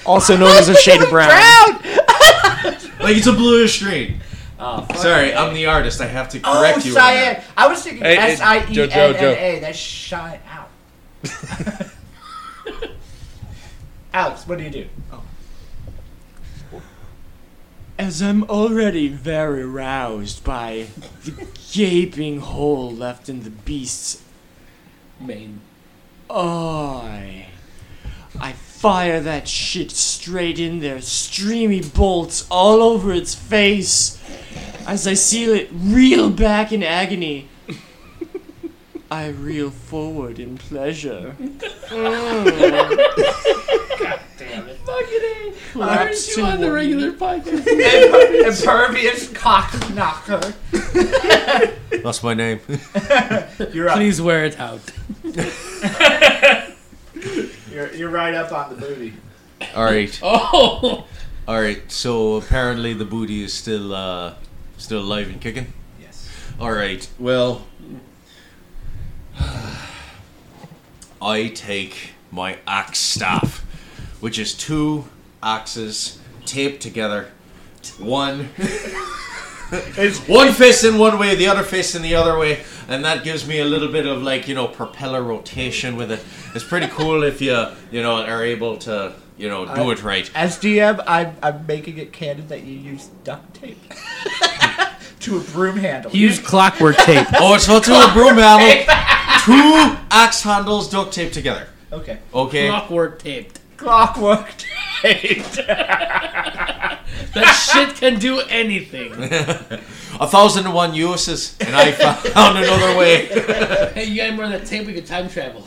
Speaker 9: Also known as a shade of brown.
Speaker 2: Like it's a bluish green. Ah, Sorry, I'm the artist. I have to correct
Speaker 8: Oh,
Speaker 2: you. on
Speaker 8: cyan.
Speaker 2: that.
Speaker 8: I was thinking
Speaker 2: Hey, hey,
Speaker 8: S I E
Speaker 2: Joe,
Speaker 8: N
Speaker 2: Joe,
Speaker 8: N
Speaker 2: Joe.
Speaker 8: A. That's shine out. Alex, what do you do?
Speaker 9: As I'm already very roused by the gaping hole left in the beast's
Speaker 7: main
Speaker 9: eye, I fire that shit straight in there, streamy bolts all over its face. As I seal it reel back in agony, I reel forward in pleasure.
Speaker 7: Fucking A.
Speaker 8: Up
Speaker 7: Why aren't
Speaker 8: to
Speaker 7: you on the
Speaker 8: one.
Speaker 7: regular podcast?
Speaker 8: Imper- impervious cock knocker.
Speaker 2: That's my name.
Speaker 8: You're up.
Speaker 7: Please wear it out.
Speaker 8: You're, you're right up on the booty.
Speaker 2: All right.
Speaker 7: Oh.
Speaker 2: All right. So apparently the booty is still uh, still alive and kicking.
Speaker 8: Yes.
Speaker 2: All right. Well, I take my axe staff, which is two axes taped together. One. one fist in one way, the other fist in the other way, and that gives me a little bit of like you know propeller rotation with it. It's pretty cool if you you know are able to you know do
Speaker 8: I-
Speaker 2: it right.
Speaker 8: As DM, I'm, I'm making it canon that you use duct tape to a broom handle.
Speaker 7: Use clockwork tape.
Speaker 2: Oh, it's not to a broom handle. Two axe handles duct taped together.
Speaker 8: Okay.
Speaker 2: Okay.
Speaker 7: Clockwork taped.
Speaker 8: Clockwork tape.
Speaker 7: That shit can do anything.
Speaker 2: a thousand and one uses, and I found another way.
Speaker 7: Hey, you got any more of that tape? We could time travel.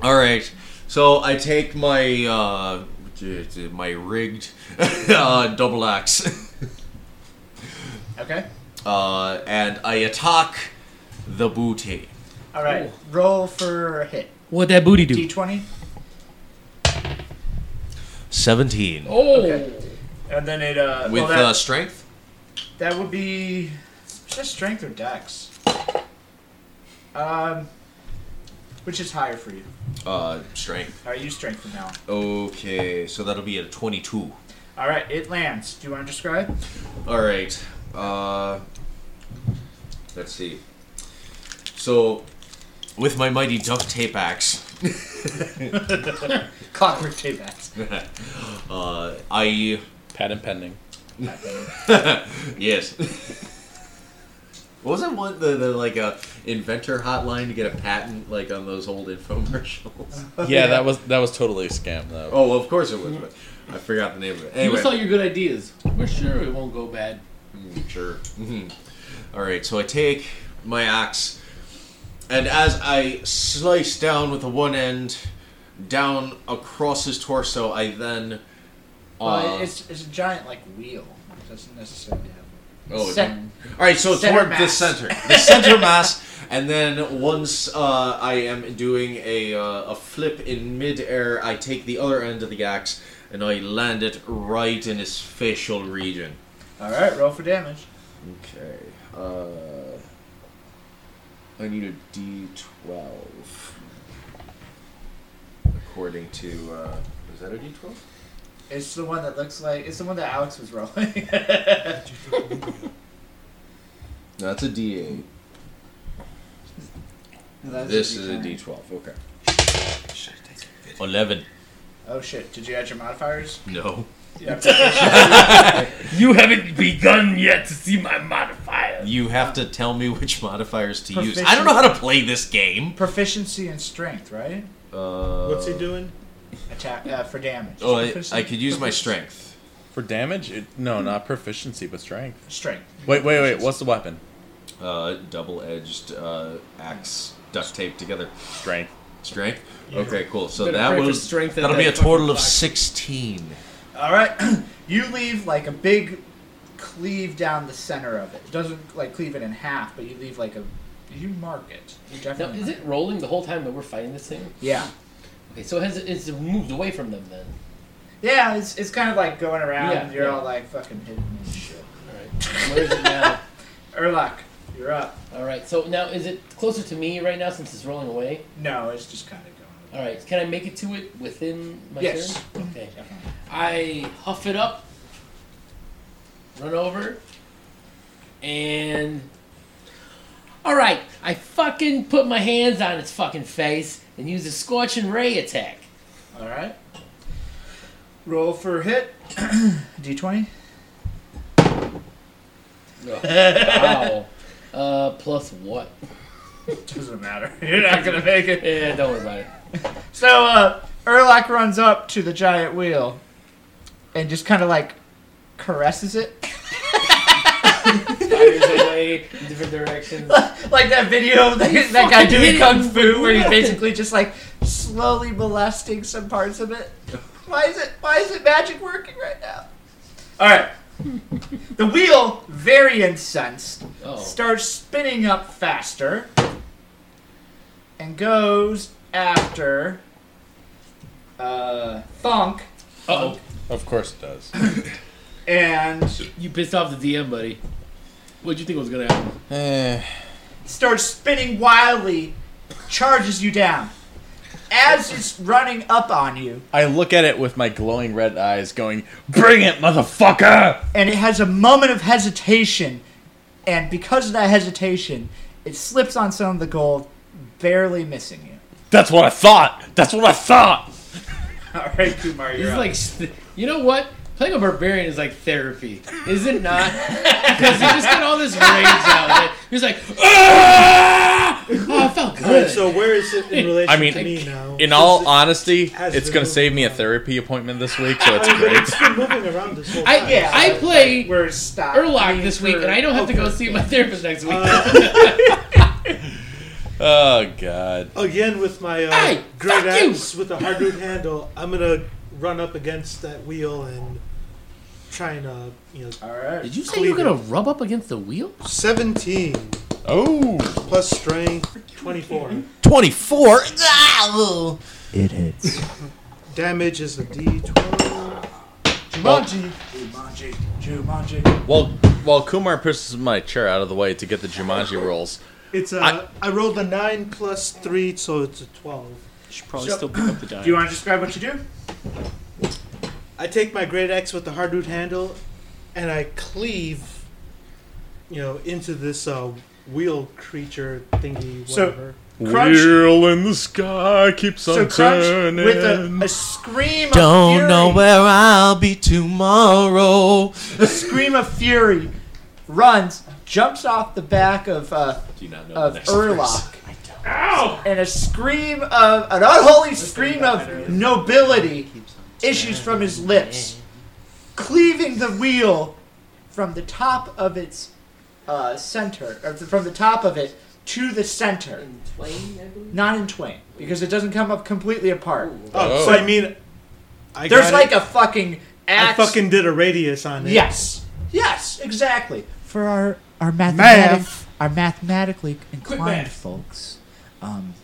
Speaker 2: All right. So I take my uh, j- j- my rigged uh, double axe,
Speaker 8: Okay.
Speaker 2: uh, and I attack the booty.
Speaker 8: All right. Roll for hit.
Speaker 7: What'd that booty do?
Speaker 8: D20.
Speaker 2: Seventeen
Speaker 7: Oh.
Speaker 8: And then it, uh,
Speaker 2: with
Speaker 8: well, that,
Speaker 2: uh, strength.
Speaker 8: that would be is that strength or dex. Um, which is higher for you?
Speaker 2: Uh, strength.
Speaker 8: All right, you strength from now on.
Speaker 2: Okay, so that'll be at twenty-two.
Speaker 8: All right, it lands. Do you want to describe?
Speaker 2: All right. Uh, let's see. So, with my mighty duct tape axe,
Speaker 8: Clockwork tape axe.
Speaker 2: uh, I
Speaker 5: patent pending.
Speaker 2: yes. What was that one? The, the like a inventor hotline to get a patent like on those old infomercials.
Speaker 5: Yeah, that was that was totally a scam though.
Speaker 2: Oh, of course it was. But, I forgot the name of it.
Speaker 7: Give
Speaker 2: Anyway.
Speaker 7: us all your good ideas. We're sure it won't go bad.
Speaker 2: Mm, Sure. Mhm. All right, so I take my axe, and as I slice down with the one end down across his torso, I then.
Speaker 8: Well,
Speaker 2: Uh,
Speaker 8: it's, it's a giant like wheel. It doesn't necessarily have.
Speaker 2: oh, it-
Speaker 8: cen-
Speaker 2: all right, so
Speaker 8: center
Speaker 2: toward the
Speaker 8: mass.
Speaker 2: center, the center mass, and then once uh, I am doing a uh, a flip in midair, I take the other end of the axe and I land it right in his facial region.
Speaker 8: All right, roll for damage.
Speaker 2: Okay. Uh, I need a D12. According to, uh, is that a D12?
Speaker 8: It's the one that looks like it's the one that Alex was rolling.
Speaker 2: No, that's a D8.
Speaker 8: That's
Speaker 2: this
Speaker 8: a
Speaker 2: is a
Speaker 8: D10.
Speaker 2: D12. Okay. Eleven.
Speaker 8: oh shit! Did you add your modifiers?
Speaker 2: No.
Speaker 8: Yeah.
Speaker 7: you haven't begun yet to see my modifier.
Speaker 2: You have to tell me which modifiers to use. I don't know how to play this game.
Speaker 8: Proficiency and strength, right?
Speaker 2: Uh,
Speaker 6: What's he doing?
Speaker 8: Attack uh, for damage.
Speaker 2: Oh, I,
Speaker 8: Proficiency.
Speaker 2: I could use my strength.
Speaker 5: For damage? It, no, not proficiency, but strength.
Speaker 8: Strength.
Speaker 5: Wait, wait, wait. What's the weapon?
Speaker 2: Uh, double-edged uh, axe duct taped together.
Speaker 5: Strength.
Speaker 2: Strength.
Speaker 8: Yeah.
Speaker 2: Okay, cool. So
Speaker 8: Better
Speaker 2: that
Speaker 8: pray for
Speaker 2: was
Speaker 8: strength than
Speaker 2: that'll be a
Speaker 8: that fucking
Speaker 2: total of
Speaker 8: black-
Speaker 2: sixteen.
Speaker 8: All right, you leave like a big cleave down the center of it. It doesn't like cleave it in half, but you leave like a you mark it. You
Speaker 7: Now,
Speaker 8: definitely.
Speaker 7: is it rolling the whole time that we're fighting this thing?
Speaker 8: Yeah.
Speaker 7: Okay, so it has it's moved away from them then.
Speaker 8: Yeah, it's, it's kind of like going around.
Speaker 7: Yeah,
Speaker 8: and you're
Speaker 7: yeah.
Speaker 8: all like fucking hidden and shit.
Speaker 7: All right, where is it now?
Speaker 8: Erlock, you're up.
Speaker 7: All right, so now is it closer to me right now since it's rolling away?
Speaker 8: No, it's just kind of going.
Speaker 7: All right, can I make it to it within my
Speaker 8: Yes.
Speaker 7: turn? Okay. I huff it up, run over, and all right, I fucking put my hands on its fucking face and use a scorching ray attack.
Speaker 8: All right. Roll for hit. D20.
Speaker 7: Oh, wow. Uh, plus what?
Speaker 8: Doesn't matter. You're not gonna make it.
Speaker 7: Yeah, Eh, don't worry about it.
Speaker 8: So uh, Erlock runs up to the giant wheel and just kind of like caresses it.
Speaker 7: Fires away in different directions.
Speaker 8: like that video of that,
Speaker 7: You
Speaker 8: that guy
Speaker 7: fucking
Speaker 8: doing
Speaker 7: idiot.
Speaker 8: kung fu where he's basically just like slowly molesting some parts of it. Why is it why is it magic working right now? Alright. the wheel, very incensed,
Speaker 7: Oh.
Speaker 8: starts spinning up faster and goes after uh Funk
Speaker 7: Oh,
Speaker 5: of course it does.
Speaker 8: and
Speaker 7: you pissed off the DM, buddy. What'd you think was gonna happen?
Speaker 8: starts spinning wildly, charges you down. As it's running up on you,
Speaker 5: I look at it with my glowing red eyes, going, "Bring it, motherfucker!"
Speaker 8: and it has a moment of hesitation, and because of that hesitation, it slips on some of the gold, barely missing you.
Speaker 1: That's what I thought. That's what I thought.
Speaker 8: All right, Kumar,
Speaker 7: This is like, st- you know what? Playing a barbarian is like therapy, is it not? Because you just get all this rage out of it. You're just like, "Ah!" oh, I felt
Speaker 6: All right,
Speaker 7: good.
Speaker 6: so where is it in relation
Speaker 5: I mean,
Speaker 6: to me now?
Speaker 5: in all honesty, it's gonna save me a therapy appointment this week, so it's great.
Speaker 6: It's been moving around this whole time.
Speaker 7: I, I play
Speaker 8: We're stopped.
Speaker 7: Erlock this week, and I don't have to go see my therapist next week.
Speaker 5: Oh God!
Speaker 6: Again, with my uh,
Speaker 7: Hey,
Speaker 6: great
Speaker 7: fuck you!
Speaker 6: axe with a hardwood handle, I'm gonna run up against that wheel and try and uh, you know.
Speaker 8: All right.
Speaker 7: Did you say you were gonna rub up against the wheel?
Speaker 6: Seventeen
Speaker 5: Oh,
Speaker 6: plus strength, twenty-four.
Speaker 2: Twenty-four.
Speaker 16: It hits.
Speaker 6: Damage is a D12.
Speaker 8: Jumanji. Jumanji. Jumanji.
Speaker 5: Well, while Kumar pushes my chair out of the way to get the Jumanji rolls,
Speaker 6: It's a. I rolled a nine plus three, so it's a twelve. Should
Speaker 17: probably So- still pick up the die.
Speaker 8: Do you want to describe what you do?
Speaker 6: I take my great axe with the hardwood handle, and I cleave, you know, into this uh, wheel creature thingy.
Speaker 8: So,
Speaker 6: Whatever.
Speaker 1: Wheel in the sky keeps
Speaker 8: So
Speaker 1: on
Speaker 8: Crunch,
Speaker 1: turning.
Speaker 8: with a, a scream of
Speaker 2: Don't
Speaker 8: fury,
Speaker 2: know where I'll be tomorrow.
Speaker 8: a scream of fury, runs, jumps off the back of uh,
Speaker 2: not know the
Speaker 8: of
Speaker 2: next
Speaker 8: Erlock. And a scream of an unholy scream of nobility issues from his lips, cleaving the wheel from the top of its uh, center, or from the top of it to the center. In
Speaker 7: twain, I believe?
Speaker 8: Not in twain, because it doesn't come up completely apart.
Speaker 6: Oh, so I mean, I
Speaker 8: there's
Speaker 6: got
Speaker 8: like
Speaker 6: it.
Speaker 8: a fucking
Speaker 6: I
Speaker 8: axe.
Speaker 6: fucking did a radius on it.
Speaker 8: Yes. Yes, exactly.
Speaker 18: For our our mathematic,
Speaker 8: Math.
Speaker 18: our mathematically inclined
Speaker 8: math.
Speaker 18: folks, um,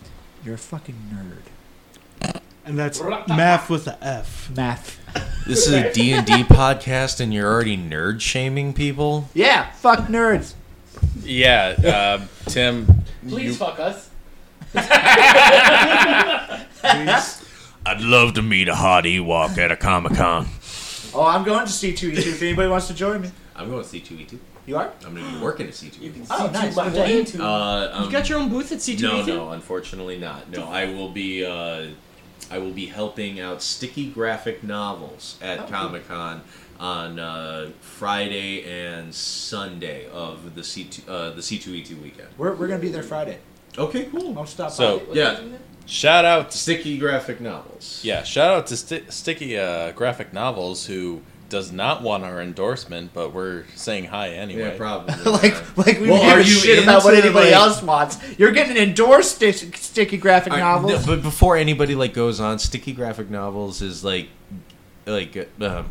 Speaker 18: you're a fucking nerd.
Speaker 6: And that's math with the F.
Speaker 18: Math.
Speaker 2: This is a D&D podcast and you're already nerd shaming people?
Speaker 8: Yeah, fuck nerds.
Speaker 5: Yeah, um Tim.
Speaker 7: Please
Speaker 5: you-
Speaker 7: fuck us.
Speaker 2: I'd love to meet a hot Ewok at a Comic Con.
Speaker 8: Oh, I'm going to C2E2 if anybody wants to join me.
Speaker 2: I'm going to C2E2.
Speaker 8: You are?
Speaker 2: I'm going to be working at C2E2. You can
Speaker 8: Oh,
Speaker 6: E
Speaker 8: nice.
Speaker 7: my
Speaker 8: What
Speaker 7: way.
Speaker 8: day?
Speaker 2: Uh, um,
Speaker 7: You've got your own booth at C2E2?
Speaker 2: No, no, unfortunately not. No, I will be. Uh, I will be helping out Sticky Graphic Novels at
Speaker 7: Oh, cool.
Speaker 2: Comic Con on uh, Friday and Sunday of the C two uh, the C two E two weekend.
Speaker 8: We're, we're going to be there Friday.
Speaker 2: Okay, cool.
Speaker 8: I'll stop
Speaker 5: So
Speaker 8: by.
Speaker 2: yeah,
Speaker 5: shout out to
Speaker 2: Sticky Graphic Novels.
Speaker 5: Yeah, shout out to Sti Sticky uh, Graphic Novels who does not want our endorsement, but we're saying hi anyway.
Speaker 2: Yeah, probably.
Speaker 8: like, like we
Speaker 5: Well,
Speaker 8: don't
Speaker 5: are
Speaker 8: give a
Speaker 5: you
Speaker 8: shit about what
Speaker 5: into,
Speaker 8: anybody
Speaker 5: like-
Speaker 8: else wants. You're getting endorsed sti- sticky graphic
Speaker 2: All right,
Speaker 8: novels.
Speaker 2: no, but before anybody like goes on, Sticky Graphic Novels is like, like, um,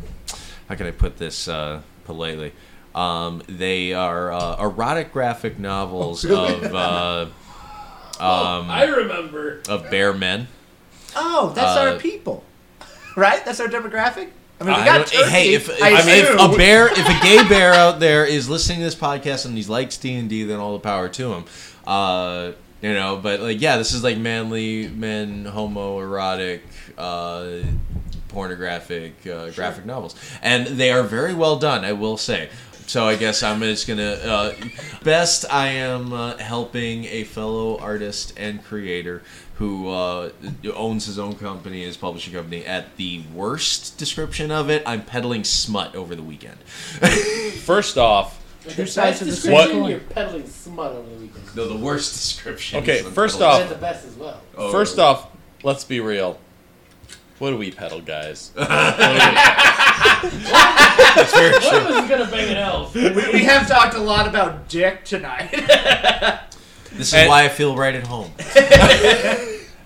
Speaker 2: how can I put this uh, politely? Um, they are uh, erotic graphic novels of. Uh, um,
Speaker 7: Oh, I remember.
Speaker 2: of bear men.
Speaker 8: Oh, that's
Speaker 2: Uh,
Speaker 8: our people, right? That's our demographic. I mean, we
Speaker 2: I
Speaker 8: got
Speaker 2: don't-
Speaker 8: turkey.
Speaker 2: hey, if, if,
Speaker 8: I
Speaker 2: if
Speaker 8: assume.
Speaker 2: a bear, if a gay bear out there is listening to this podcast and he likes D and D, then all the power to him. Uh, you know, but like, yeah, this is like manly men, homoerotic, uh, pornographic, uh, graphic novels, and they are very well done. I will say. So I guess I'm just gonna uh, best I am uh, helping a fellow artist and creator who uh, owns his own company, his publishing company. At the worst description of it, I'm peddling smut over the weekend.
Speaker 5: First off,
Speaker 7: With the best description, You're peddling smut over the weekend.
Speaker 2: No, the worst description.
Speaker 5: Okay,
Speaker 2: is I'm
Speaker 5: first
Speaker 2: peddling
Speaker 5: off,
Speaker 7: That's the best as well.
Speaker 2: Oh,
Speaker 5: first
Speaker 2: really?
Speaker 5: off, let's be real. What do we peddle, guys? That's very
Speaker 7: One of us is gonna bang an elf.
Speaker 8: we, we have talked a lot about dick tonight.
Speaker 2: This is why I feel right at home.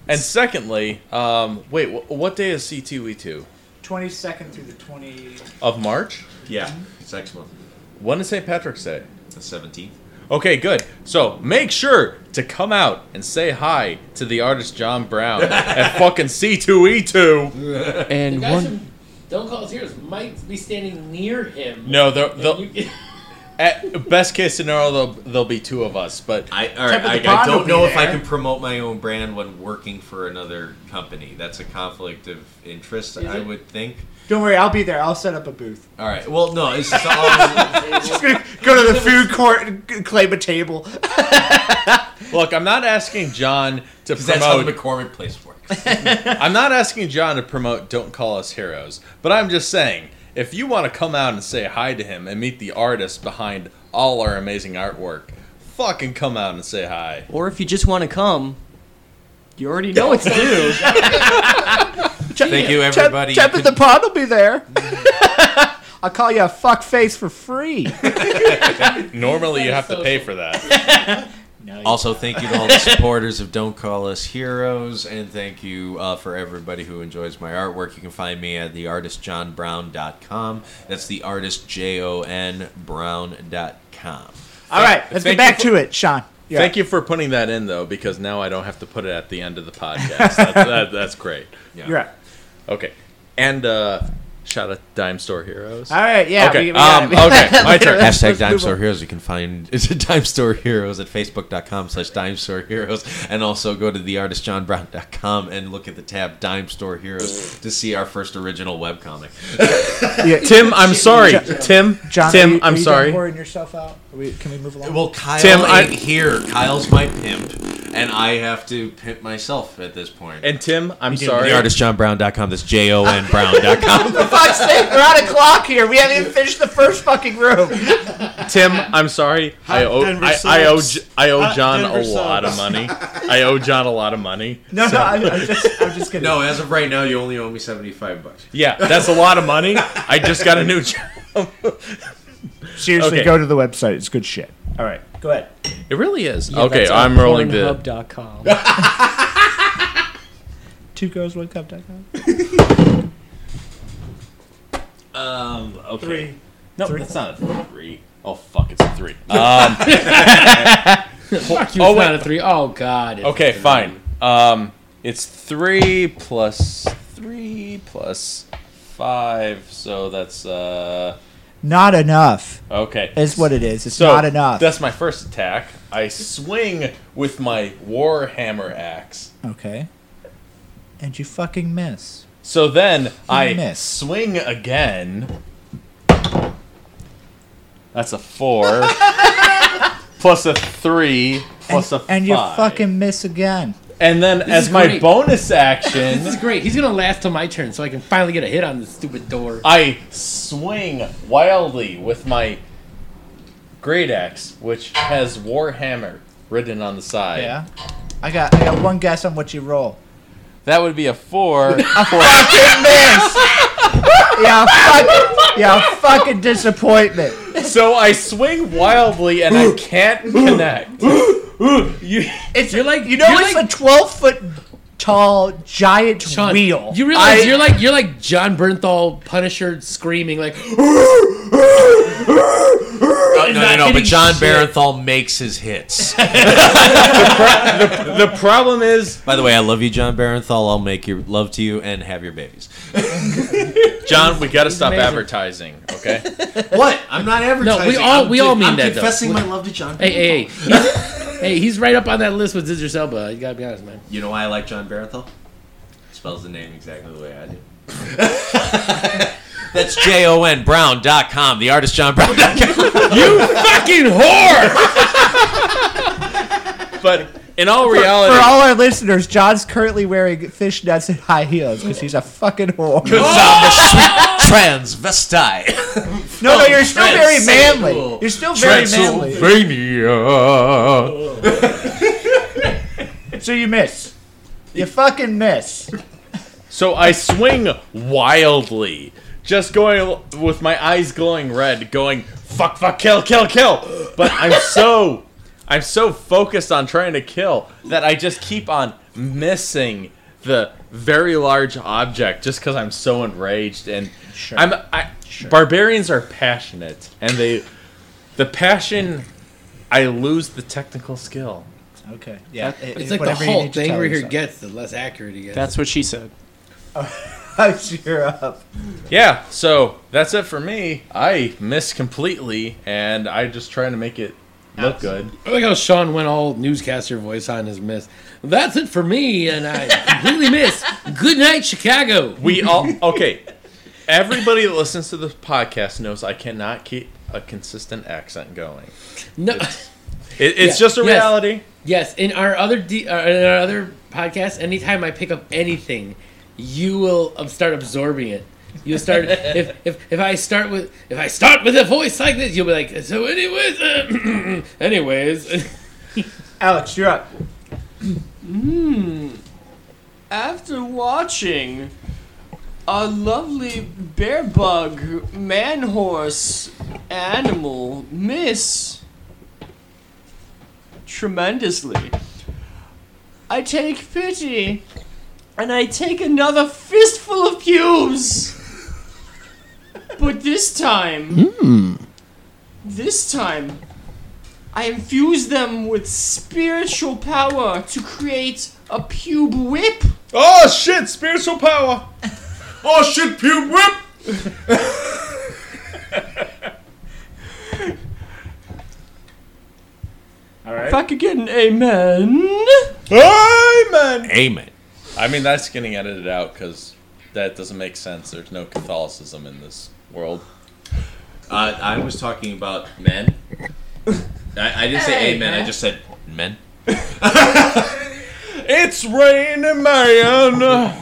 Speaker 5: And secondly, um, wait, wh- what day is C2E2?
Speaker 8: Twenty second through the twenty.
Speaker 5: Of March?
Speaker 2: Yeah, it's next month.
Speaker 5: When is St. Patrick's Day?
Speaker 2: The 17th.
Speaker 5: Okay, good. So make sure to come out and say hi to the artist John Brown at fucking E C2E2.
Speaker 7: the guys from Don't Call Us Heroes might be standing near him.
Speaker 5: No, they'll, they'll at best case scenario there'll, there'll be two of us, but
Speaker 2: I All right, I, I don't know if I can promote my own brand when working for another company. That's a conflict of interest, I
Speaker 8: it?
Speaker 2: would think.
Speaker 8: Don't worry, I'll be there. I'll set up a booth.
Speaker 2: All right. Well, no, it's just all.
Speaker 8: Just gonna go to the food court and g- claim a table.
Speaker 5: Look, I'm not asking John to promote.
Speaker 2: That's how the McCormick place works.
Speaker 5: I'm not asking John to promote Don't Call Us Heroes, but I'm just saying if you want to come out and say hi to him and meet the artist behind all our amazing artwork, fucking come out and say hi.
Speaker 9: Or if you just want to come, you already know what to do.
Speaker 2: Thank you, Mm. everybody.
Speaker 8: Tep at the pod will be there. I'll call you a fuck face for free.
Speaker 5: Normally, you have to pay for that.
Speaker 2: Also, thank you to all the supporters of Don't Call Us Heroes, and thank you uh, for everybody who enjoys my artwork. You can find me at theartistjohnbrown.com. That's the artist J O N Brown.com.
Speaker 8: All right, let's get
Speaker 5: Thank
Speaker 8: back
Speaker 5: you
Speaker 8: to it, Sean. Yeah.
Speaker 5: Thank you for putting that in, though, because now I don't have to put it at the end of the podcast. That's, that, that's great.
Speaker 8: You're right.
Speaker 5: Okay. And uh, shout out to Dime Store Heroes.
Speaker 8: All right, Ah, yeah,
Speaker 5: Okay.
Speaker 8: we- we
Speaker 5: um,
Speaker 8: gotta-
Speaker 5: okay. My turn.
Speaker 2: Hashtag Dime Store Heroes. You can find it's Dime Store Heroes at facebook.com slash Dime Store Heroes. And also go to theartistjohnbrown.com and look at the tab Dime Store Heroes to see our first original webcomic.
Speaker 8: Yeah.
Speaker 5: Tim, I'm sorry. Tim,
Speaker 8: John,
Speaker 5: Tim,
Speaker 8: are you,
Speaker 5: I'm
Speaker 8: are you done
Speaker 5: sorry.
Speaker 8: Pouring yourself out. Are we, can we move along?
Speaker 2: Well, Kyle
Speaker 5: Tim,
Speaker 2: ain't
Speaker 5: I-
Speaker 2: here. Kyle's my pimp, and and I have to pimp myself at this point.
Speaker 5: And Tim, I'm
Speaker 2: You do.
Speaker 5: sorry.
Speaker 2: TheArtistJohnBrown.com. That's J O N Brown.com.
Speaker 19: For fuck's sake, we're on a clock here. We haven't even finished the first fucking room.
Speaker 5: Tim, I'm sorry. I owe,
Speaker 19: Denver
Speaker 5: I, I owe
Speaker 19: sucks.
Speaker 5: J- I owe
Speaker 19: Hot
Speaker 5: John
Speaker 19: Denver
Speaker 5: a lot of
Speaker 19: sucks.
Speaker 5: money. I owe John a lot of money.
Speaker 19: No,
Speaker 5: So-
Speaker 19: no, I'm, I'm just, I'm just kidding.
Speaker 2: No, as of right now, you only owe me seventy-five bucks.
Speaker 5: Yeah, that's a lot of money. I just got a new job.
Speaker 8: Seriously,
Speaker 5: Okay.
Speaker 8: go to the website. It's good shit. All right.
Speaker 19: Go ahead.
Speaker 5: It really is.
Speaker 8: Yeah,
Speaker 5: okay,
Speaker 8: that's on
Speaker 5: I'm rolling the.
Speaker 9: Pornhub.com.
Speaker 8: Two girls, one cup. dot com.
Speaker 5: Um, okay.
Speaker 9: Three.
Speaker 5: No,
Speaker 9: Three.
Speaker 5: that's not a three. Oh fuck, it's a three. Um,
Speaker 7: Fuck you, it's
Speaker 5: wait.
Speaker 7: not a three. Oh, God, it's a
Speaker 5: Okay,
Speaker 7: three.
Speaker 5: fine. Um, it's three plus three plus five, so that's uh.
Speaker 8: Not enough.
Speaker 5: Okay.
Speaker 8: Is what it is. It's
Speaker 5: So,
Speaker 8: not enough.
Speaker 5: That's my first attack. I swing with my warhammer axe.
Speaker 8: Okay. And you fucking miss.
Speaker 5: So then I
Speaker 8: miss.
Speaker 5: swing again. That's a four. plus a three. Plus a
Speaker 8: And you
Speaker 5: five.
Speaker 8: fucking miss again.
Speaker 5: and then
Speaker 7: This
Speaker 5: as
Speaker 7: is
Speaker 5: my
Speaker 7: great.
Speaker 5: bonus action,
Speaker 7: This is great. He's gonna last till my turn, so I can finally get a hit on this stupid door.
Speaker 5: I swing wildly with my great axe, which has Warhammer written on the side.
Speaker 8: Yeah. I got I got one guess on what you roll.
Speaker 5: That would be a four. for-
Speaker 8: Fucking miss. yeah, fucking, yeah, fucking disappointment.
Speaker 5: so I swing wildly and I can't connect. you,
Speaker 8: It's,
Speaker 7: you're like
Speaker 8: you know
Speaker 7: you're
Speaker 8: it's
Speaker 7: like-
Speaker 8: a twelve foot tall giant
Speaker 7: Sean,
Speaker 8: wheel.
Speaker 7: You realize
Speaker 8: I-
Speaker 7: you're like you're like John Bernthal Punisher screaming like
Speaker 2: No, no, no, no, but
Speaker 7: hitting
Speaker 2: John
Speaker 7: shit.
Speaker 2: Barenthal makes his hits.
Speaker 5: the problem is.
Speaker 2: By the way, I love you, John Barenthal. I'll make your love to you and have your babies.
Speaker 5: John, we gotta stop
Speaker 2: amazing.
Speaker 5: advertising, okay?
Speaker 2: What? I'm not advertising.
Speaker 7: No, we all
Speaker 2: I'm
Speaker 7: we all
Speaker 2: ju-
Speaker 7: mean
Speaker 2: I'm
Speaker 7: that. though.
Speaker 2: confessing
Speaker 7: We-
Speaker 2: my love to John.
Speaker 7: Hey, hey, hey.
Speaker 2: Barenthal.
Speaker 7: He's, hey, he's right up on that list with Idris Elba. You gotta be honest, man.
Speaker 2: You know why I like John Barenthal? Spells the name exactly the way I do. That's J O N Brown.com, the artist John Brown.
Speaker 5: you fucking whore! but in all reality,
Speaker 8: For all our listeners, John's currently wearing fishnets and high heels because he's a fucking whore.
Speaker 2: transvestite.
Speaker 8: No, no, you're still very manly. You're still very manly.
Speaker 5: Transylvania.
Speaker 8: So you miss. You fucking miss.
Speaker 5: So I swing wildly, just going with my eyes glowing red, going fuck, fuck, kill, kill, kill. But I'm so, I'm so focused on trying to kill that I just keep on missing the very large object just because I'm so enraged and I'm. I, Barbarians are passionate, and they, the passion, I lose the technical skill.
Speaker 8: Okay.
Speaker 7: Yeah,
Speaker 8: It-
Speaker 7: it's
Speaker 8: it-
Speaker 7: like the
Speaker 8: whatever you
Speaker 7: whole
Speaker 8: need to
Speaker 7: thing
Speaker 8: tell
Speaker 7: where here
Speaker 8: yourself.
Speaker 7: gets the less accurate he gets.
Speaker 9: That's what she said.
Speaker 8: You're up.
Speaker 5: Yeah, so that's it for me. I missed completely, and I just trying to make it look good.
Speaker 7: I like how Sean went all newscaster voice on his miss. That's it for me, and I completely missed. Good night, Chicago.
Speaker 5: We all okay. Everybody that listens to this podcast knows I cannot keep a consistent accent going.
Speaker 7: No,
Speaker 5: It, it's
Speaker 7: Yeah,
Speaker 5: just a
Speaker 7: yes.
Speaker 5: reality.
Speaker 7: Yes, in our other de- uh, in our other podcast, anytime I pick up anything, you will um, start absorbing it. You'll start if, if if I start with if I start with a voice like this, you'll be like, so anyways, uh, anyways.
Speaker 19: Alex, you're up.
Speaker 12: Hmm. After watching a lovely bear bug, man horse, animal miss tremendously, I take pity and I take another fistful of pews. but this time, this time, I infuse them with spiritual power to create a pube whip.
Speaker 5: Oh shit! Spiritual power. Oh shit! Pube whip.
Speaker 12: All right. If I could get an amen.
Speaker 5: Amen.
Speaker 2: Amen.
Speaker 5: I mean, that's getting edited out because that doesn't make sense. There's no Catholicism in this world.
Speaker 2: Uh, I was talking about men. I, I didn't say
Speaker 12: Hey,
Speaker 2: amen. I
Speaker 12: man.
Speaker 2: just said men.
Speaker 5: It's raining man.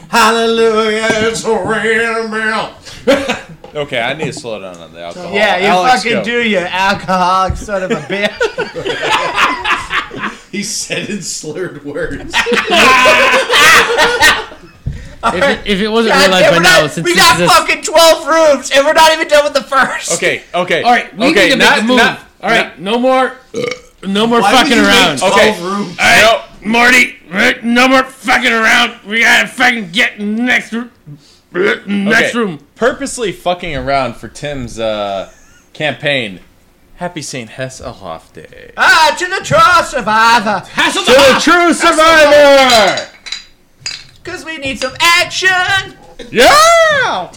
Speaker 5: Hallelujah, it's raining man.
Speaker 1: Okay, I need to slow down on the alcohol.
Speaker 4: yeah, you
Speaker 1: Alex,
Speaker 4: fucking
Speaker 1: go.
Speaker 4: do, you alcoholic son of a bitch.
Speaker 20: he said in slurred words.
Speaker 7: If it, if it wasn't
Speaker 4: God
Speaker 7: realized by
Speaker 4: damn,
Speaker 7: now,
Speaker 4: we're not,
Speaker 7: since
Speaker 4: we
Speaker 7: this
Speaker 4: got
Speaker 7: is a-
Speaker 4: fucking twelve rooms, and we're not even done with the first.
Speaker 1: Okay, okay.
Speaker 7: All right, we
Speaker 1: okay,
Speaker 7: need to
Speaker 1: not-
Speaker 7: make a move.
Speaker 1: not-
Speaker 7: All right, no more, no more
Speaker 1: Why would
Speaker 7: fucking
Speaker 1: you make
Speaker 7: around.
Speaker 1: 12 Okay. rooms?
Speaker 7: All right, Marty, right, no more fucking around. We gotta fucking get next room. Next
Speaker 1: Okay,
Speaker 7: room.
Speaker 1: Purposely fucking around for Tim's uh, campaign. Happy St. Hess Aloft Day.
Speaker 4: Ah, to the true survivor.
Speaker 1: To the true survivor!
Speaker 4: Cause we need some action.
Speaker 1: Yeah.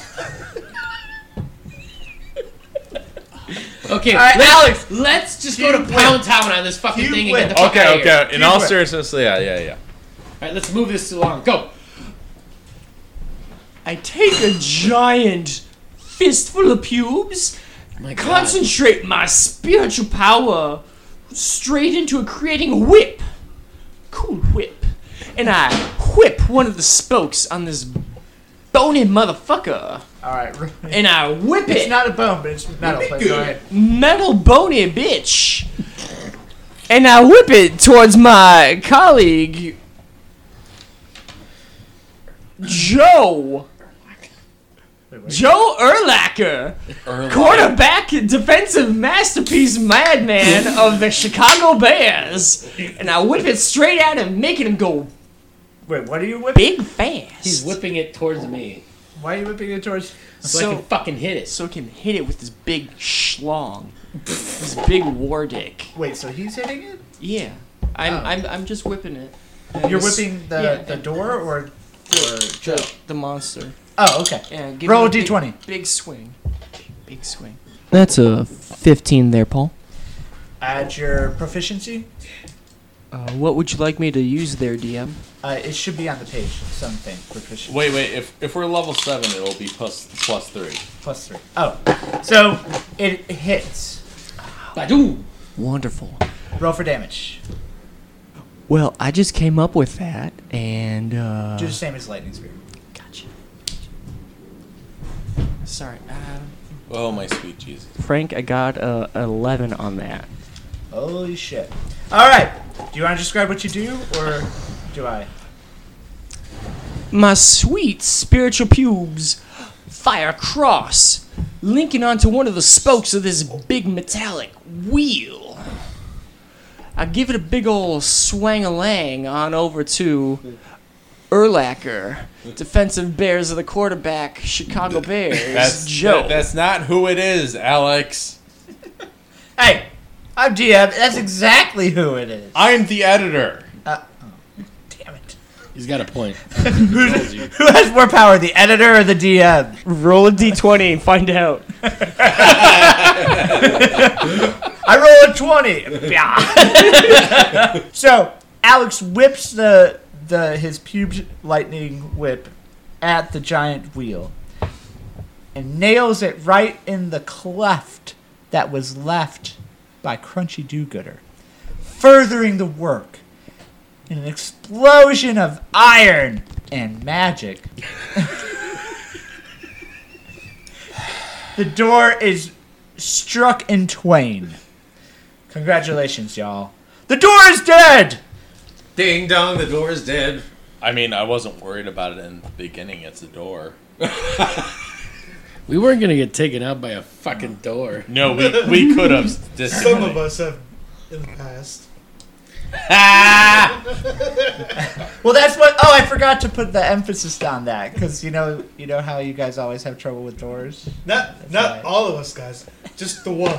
Speaker 7: Okay,
Speaker 4: All right,
Speaker 7: let's-
Speaker 4: Alex,
Speaker 7: let's just
Speaker 4: you
Speaker 7: go to
Speaker 4: win.
Speaker 7: Pound Town on this fucking
Speaker 4: You
Speaker 7: thing
Speaker 4: win.
Speaker 7: and get the fuck out
Speaker 1: Okay,
Speaker 7: of here.
Speaker 1: okay. In all seriousness, yeah, yeah, yeah.
Speaker 7: All right, let's move this along. Go.
Speaker 9: I take a giant fistful of pubes,
Speaker 7: God.
Speaker 9: concentrate my spiritual power straight into creating a whip. Cool whip. And I whip one of the spokes on this bony motherfucker.
Speaker 8: Alright, r-
Speaker 9: And I whip it.
Speaker 8: It's not a bone, but it's metal. But go ahead.
Speaker 9: Metal bony bitch. And I whip it towards my colleague, Joe. Joe Erlacher, quarterback defensive masterpiece madman of the Chicago Bears. And I whip it straight at him, making him go
Speaker 8: Wait, what are you whipping?
Speaker 9: big fast.
Speaker 7: He's whipping it towards me.
Speaker 8: Why are you whipping it towards?
Speaker 9: So,
Speaker 7: I can fucking hit it.
Speaker 9: So I can hit it with this big schlong. this big war dick.
Speaker 8: Wait, so he's hitting it?
Speaker 9: Yeah. I'm, I'm, I'm just whipping it.
Speaker 8: Oh. You're
Speaker 9: Yes.
Speaker 8: whipping the,
Speaker 9: Yeah,
Speaker 8: the door or
Speaker 9: Joe. The monster.
Speaker 8: Oh, okay.
Speaker 9: Yeah, give
Speaker 8: Roll
Speaker 9: it
Speaker 8: a
Speaker 9: big-
Speaker 8: d20.
Speaker 9: Big, swing. Big swing. That's a 15 there, Paul.
Speaker 8: Add your proficiency.
Speaker 9: Uh, what would you like me to use there, DM?
Speaker 8: Uh, it should be on the page. Something proficiency.
Speaker 1: Wait, wait. If if we're level seven, it'll be plus plus three.
Speaker 8: Plus three. Oh, so it hits.
Speaker 7: Badoom.
Speaker 9: Wonderful.
Speaker 8: Roll for damage.
Speaker 9: Well, I just came up with that, and uh,
Speaker 8: Do the same as lightning spear.
Speaker 9: Gotcha. Sorry. Uh,
Speaker 1: Oh my sweet Jesus.
Speaker 9: Frank, I got a 11 on that.
Speaker 8: Holy shit! All right. Do you want to describe what you do, or do I?
Speaker 9: My sweet spiritual pubes fire cross, linking onto one of the spokes of this big metallic wheel. I give it a big ol' swang a lang on over to Erlacher, defensive Bears of the quarterback, Chicago Bears,
Speaker 1: That's
Speaker 9: Joe.
Speaker 1: that- that's not who it is, Alex.
Speaker 8: Hey, I'm DM. That's exactly who it is.
Speaker 1: I'm the editor.
Speaker 7: He's got a point.
Speaker 8: Who has more power, the editor or the DM?
Speaker 9: Roll a d20 and find out.
Speaker 8: I roll a twenty. Yeah. so Alex whips the the his pubes lightning whip at the giant wheel and nails it right in the cleft that was left by Crunchy Do Gooder, furthering the work. In an explosion of iron and magic, the door is struck in twain. Congratulations, y'all. The door is dead!
Speaker 20: Ding dong, the door is dead.
Speaker 1: I mean, I wasn't worried about it in the beginning. It's a door.
Speaker 7: We weren't gonna get taken out by a fucking door.
Speaker 1: No, we we could have.
Speaker 6: Some of us have in the past.
Speaker 8: Well, that's what. Oh, I forgot to put the emphasis on that because you know, you know how you guys always have trouble with doors.
Speaker 6: Not not all of us guys, just the one.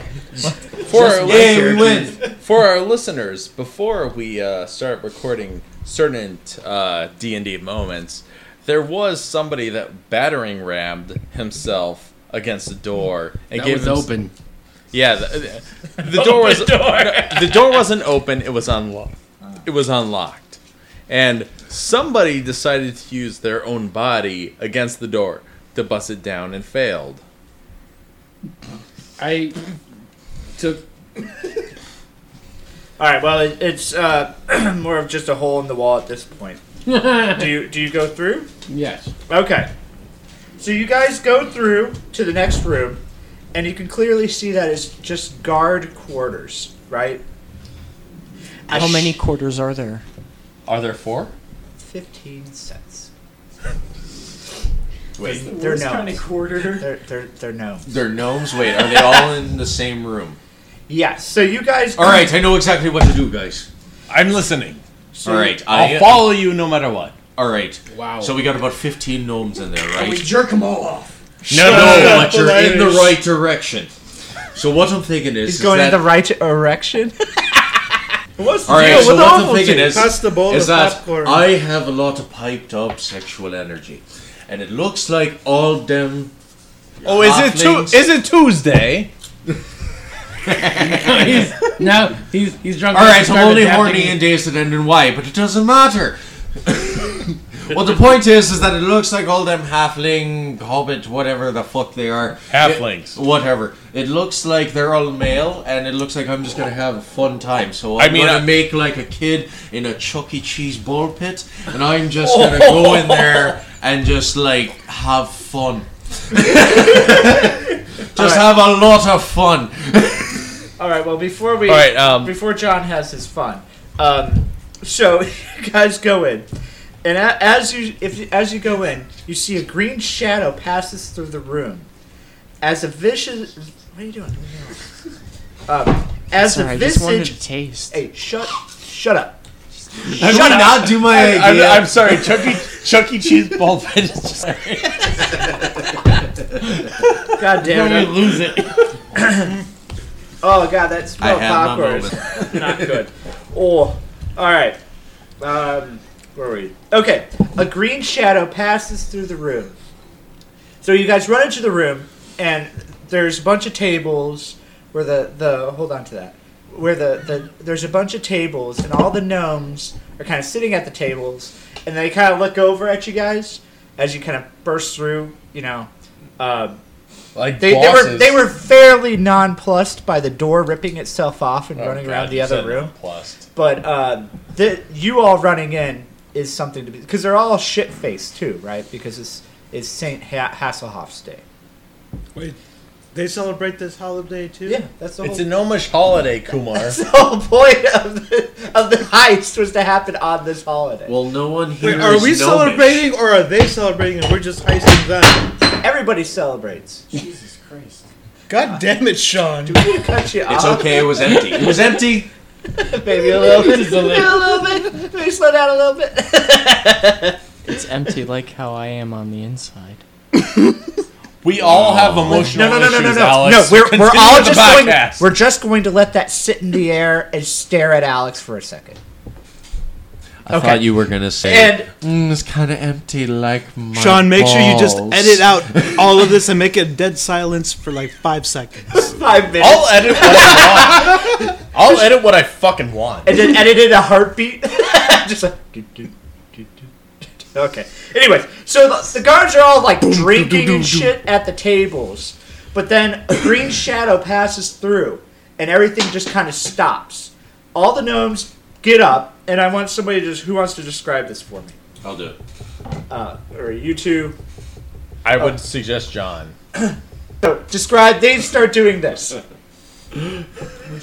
Speaker 1: For our listeners, for our listeners, before we uh, start recording certain uh, D and D moments, there was somebody that battering rammed himself against the door and
Speaker 7: That
Speaker 1: gave
Speaker 7: was
Speaker 1: hims-
Speaker 7: open.
Speaker 1: Yeah, the, uh, the door was
Speaker 7: Open door.
Speaker 1: no, the door wasn't open. It was unlocked. It was unlocked, and somebody decided to use their own body against the door to bust it down and failed.
Speaker 7: I took
Speaker 8: All right. Well, it, it's uh, more of just a hole in the wall at this point. do you do you go through?
Speaker 7: Yes.
Speaker 8: Okay. So you guys go through to the next room, and you can clearly see that it's just guard quarters, right? A
Speaker 9: How many quarters are there?
Speaker 5: Are there four?
Speaker 8: Fifteen cents. they're
Speaker 2: Wait. That's the
Speaker 8: they're
Speaker 2: worst
Speaker 8: gnomes.
Speaker 2: kind of quarter.
Speaker 8: They're they're they're gnomes.
Speaker 2: They're gnomes. Wait, are they all in the same room?
Speaker 8: Yes. So you guys.
Speaker 2: All right, I know exactly what to do, guys.
Speaker 5: I'm listening.
Speaker 2: all right,
Speaker 5: I'll follow you no matter what.
Speaker 2: All right.
Speaker 5: Wow.
Speaker 2: So we got about 15 gnomes in there, right?
Speaker 5: we jerk 'em all off.
Speaker 2: No,
Speaker 5: Shut
Speaker 2: no,
Speaker 5: up,
Speaker 2: but you're in the
Speaker 5: Linus.
Speaker 2: right direction. So what I'm thinking is,
Speaker 21: He's going
Speaker 2: is
Speaker 21: in
Speaker 2: that,
Speaker 21: the right direction.
Speaker 8: What's
Speaker 2: All right, so what I'm thinking is,
Speaker 6: Pass the bowl
Speaker 2: is
Speaker 6: of
Speaker 2: that Oh,
Speaker 6: popcorn.
Speaker 2: I have a lot of piped up sexual energy, and it looks like all them.
Speaker 22: Oh, is it
Speaker 2: halflings-
Speaker 22: Tu- is it Tuesday?
Speaker 7: now he's he's drunk.
Speaker 2: All
Speaker 7: enough
Speaker 2: right,
Speaker 7: to
Speaker 2: I'm
Speaker 7: start
Speaker 2: only
Speaker 7: adapting
Speaker 2: horny
Speaker 7: it.
Speaker 2: in days that end in Y, but it doesn't matter. well, the point is, is that it looks like all them halfling, hobbit, whatever the fuck they are.
Speaker 5: Halflings.
Speaker 2: It- whatever. It looks like they're all male, and it looks like I'm just gonna have a fun time. So
Speaker 5: I
Speaker 2: I'm
Speaker 5: mean,
Speaker 2: gonna
Speaker 5: I-
Speaker 2: make like a kid in a Chuck E. Cheese ball pit, and I'm just gonna go in there and just like have fun. just have a lot of fun.
Speaker 8: All right. Well, before we
Speaker 2: All right, um,
Speaker 8: before John has his fun, um, so you guys go in, and a- as you if you- as you go in, you see a green shadow passes through the room, as a vicious. What are you doing? Um, as
Speaker 9: Sorry,
Speaker 8: a
Speaker 9: I
Speaker 8: visage.
Speaker 9: just wanted to taste.
Speaker 8: Hey, shut shut up.
Speaker 22: I
Speaker 8: Shut
Speaker 22: mean,
Speaker 8: up.
Speaker 22: I'll do my I- I'm- idea. I'm sorry,
Speaker 5: Chuck E. Chuck E. Cheese ball pit. Sorry.
Speaker 8: God damn
Speaker 5: Now
Speaker 8: it!
Speaker 5: you lose it.
Speaker 8: oh god, that smell of
Speaker 5: I had my
Speaker 8: popcorn is not good. Oh, all right. Um, where were we? Okay, a green shadow passes through the room. So you guys run into the room, and there's a bunch of tables where the the hold on to that. Where the, the there's a bunch of tables, and all the gnomes are kind of sitting at the tables, and they kind of look over at you guys as you kind of burst through. You know, um,
Speaker 5: like
Speaker 8: they, they were
Speaker 5: bosses.
Speaker 8: they were fairly nonplussed by the door ripping itself off and
Speaker 5: Oh,
Speaker 8: running
Speaker 5: God,
Speaker 8: around the
Speaker 5: you
Speaker 8: other
Speaker 5: said
Speaker 8: room.
Speaker 5: nonplussed.
Speaker 8: But uh, the, you all running in is something to be because they're all shit faced too, right? Because it's it's Saint ha- Hasselhoff's day.
Speaker 6: Wait, they celebrate this holiday too?
Speaker 8: Yeah, that's the
Speaker 5: It's a
Speaker 8: whole.
Speaker 5: gnomish holiday, Kumar.
Speaker 8: the whole point of the, of the heist was to happen on this holiday.
Speaker 2: Well, no one
Speaker 6: Wait,
Speaker 8: uh,
Speaker 6: are we celebrating or are they celebrating and we're just heisting them?
Speaker 8: Everybody celebrates.
Speaker 6: Jesus Christ. God damn it, Sean. Do
Speaker 8: we cut you
Speaker 2: It's okay. It was empty. It was empty.
Speaker 8: Maybe a little bit.
Speaker 2: Just a little.
Speaker 8: Maybe a little bit. Maybe slow down a little bit.
Speaker 9: It's empty like how I am on the inside.
Speaker 5: we all have
Speaker 9: emotional
Speaker 8: no, no, no, no,
Speaker 9: issues,
Speaker 8: no, no.
Speaker 9: Alex.
Speaker 8: No, we're,
Speaker 9: Continue
Speaker 8: we're all
Speaker 9: with the
Speaker 8: just going.
Speaker 9: podcast.
Speaker 8: We're just going to let that sit in the air and stare at Alex for a second.
Speaker 2: I
Speaker 8: Okay.
Speaker 2: thought you were gonna say
Speaker 8: And-
Speaker 2: "Mm, it's kind of empty, like my
Speaker 6: Sean, make sure you just
Speaker 2: balls."
Speaker 6: edit out all of this and make a dead silence for like five seconds.
Speaker 8: five minutes.
Speaker 5: I'll edit what I want. I'll edit what I fucking want.
Speaker 8: And then edited a heartbeat. just like. do, do, do, do, do. Okay. Anyways, so the, the guards are all like drinking and shit at the tables, but then a green shadow passes through, and everything just kind of stops. All the gnomes get up, and I want somebody to just who wants to describe this for me.
Speaker 2: I'll do it.
Speaker 8: Uh, or you two,
Speaker 5: I would suggest John.
Speaker 8: So describe. They start doing this.
Speaker 23: Would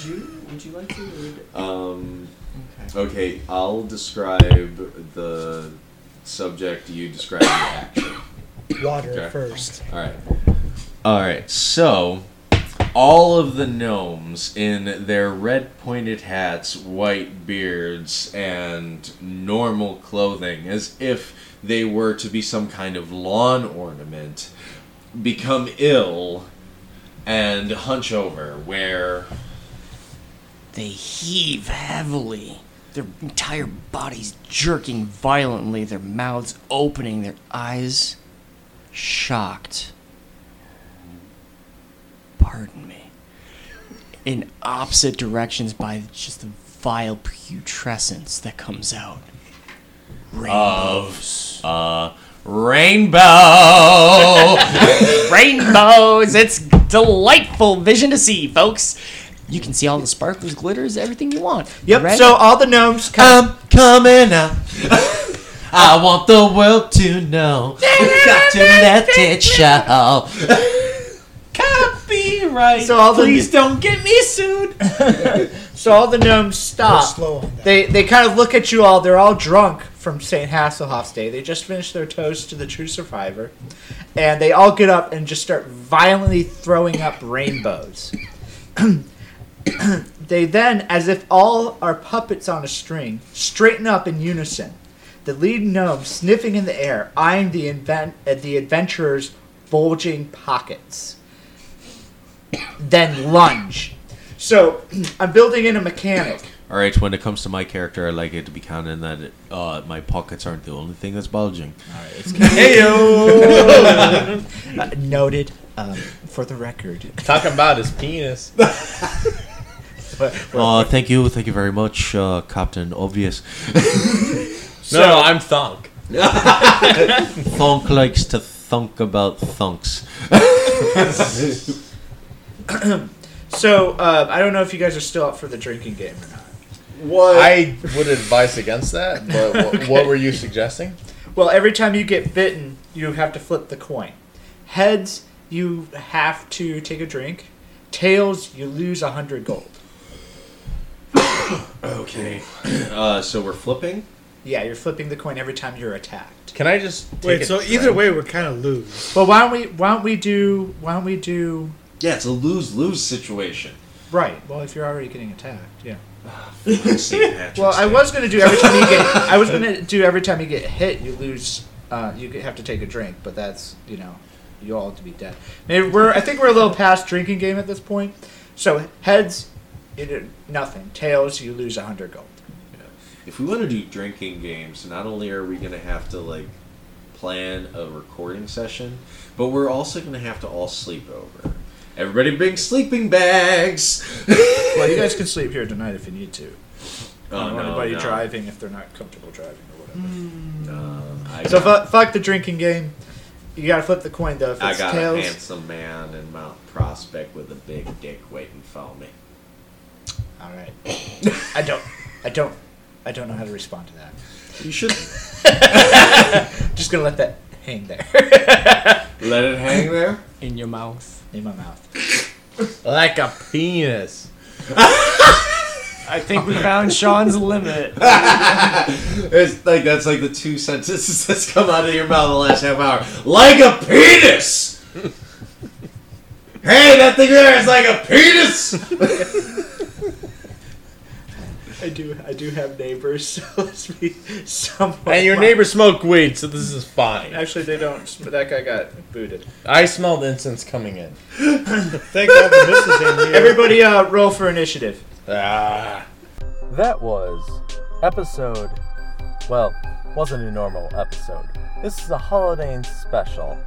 Speaker 23: you would you like to read
Speaker 2: Um, okay. I'll describe the subject. You describe the action.
Speaker 6: Water
Speaker 2: Okay.
Speaker 6: first.
Speaker 2: All right. All right. So, all of the gnomes in their red pointed hats, white beards, and normal clothing, as if they were to be some kind of lawn ornament, become ill and hunch over, where
Speaker 9: They heave heavily. Their entire bodies jerking violently, their mouths opening, their eyes shocked. Pardon me. In opposite directions by just the vile putrescence that comes out.
Speaker 2: of uh, rainbow.
Speaker 9: Rainbows! It's delightful vision to see, folks. You can see all the sparkles, glitters, everything you want.
Speaker 8: Yep.
Speaker 9: Right?
Speaker 8: So all the gnomes come.
Speaker 2: I'm coming out. I want the world to know. You got to let it show.
Speaker 8: Copyright. So all the,
Speaker 2: Please
Speaker 8: don't get me sued. so all the gnomes
Speaker 6: Uh,
Speaker 8: stop. They they kind of look at you all. They're all drunk from St. Hasselhoff's day. They just finished their toast to the true survivor, and they all get up and just start violently throwing up rainbows. they then, as if all are puppets on a string, straighten up in unison. The lead gnome sniffing in the air, eyeing the invent- uh, the adventurer's bulging pockets. Then lunge. So I'm building in a mechanic.
Speaker 2: All right, when it comes to my character, I like it to be counted in that uh, my pockets aren't the only thing that's bulging. All right, it's
Speaker 8: Heyo! Uh, noted um, for the record.
Speaker 5: Talking about his penis.
Speaker 2: Uh, thank you, thank you very much, uh, Captain Obvious.
Speaker 5: no, no, I'm Thunk.
Speaker 2: Thunk likes to thunk about thunks.
Speaker 8: so uh, I don't know if you guys are still up for the drinking game or not.
Speaker 5: What? I would advise against that, but wha- what were you suggesting?
Speaker 8: Well, every time you get bitten, you have to flip the coin. Heads, you have to take a drink. Tails, you lose a hundred gold.
Speaker 2: Okay. Uh, so we're flipping?
Speaker 8: Yeah, you're flipping the coin every time you're attacked.
Speaker 5: Can I just
Speaker 6: Wait, so either way, we're kind of lose.
Speaker 8: Well, why don't we? Why don't we do? Why don't we do?
Speaker 2: Yeah, it's a lose lose situation.
Speaker 8: Right. Well, if you're already getting attacked, yeah. well,
Speaker 2: well,
Speaker 8: I was gonna do every time you get. I was gonna do every time you get hit, you lose. Uh, you have to take a drink, but that's you know, you all have to be dead. Maybe we're. I think we're a little past drinking game at this point. So heads, it, nothing. Tails, you lose hundred gold.
Speaker 2: If we want to do drinking games, not only are we going to have to like plan a recording session, but we're also going to have to all sleep over. Everybody bring sleeping bags.
Speaker 8: Well, you guys can sleep here tonight if you need to. I
Speaker 2: Oh,
Speaker 8: don't want anybody driving if they're not comfortable driving or whatever.
Speaker 2: I
Speaker 8: so
Speaker 2: got-
Speaker 8: fu- fuck the drinking game. You gotta flip the coin though. If it's
Speaker 2: I got
Speaker 8: tails,
Speaker 2: a handsome man in Mount Prospect with a big dick waiting for me.
Speaker 8: All right. I don't. I don't. I don't know how to respond to that.
Speaker 2: You should.
Speaker 8: Just gonna let that hang there.
Speaker 2: let it hang there.
Speaker 24: In your mouth.
Speaker 8: In my mouth.
Speaker 5: Like a penis.
Speaker 24: I think we found Sean's limit.
Speaker 2: It's like that's like the two sentences that's come out of your mouth the last half hour. Like a penis. hey, that thing there is like a penis.
Speaker 8: I do. I do have neighbors, so let's be somewhat.
Speaker 5: And your neighbors smoke weed, so this is fine.
Speaker 8: Actually, they don't. But that guy got booted.
Speaker 5: I smelled incense coming in.
Speaker 8: Thank God the missus in here. Everybody, uh, roll for initiative.
Speaker 5: Ah.
Speaker 1: That was episode. Well, wasn't a normal episode. This is a holiday special,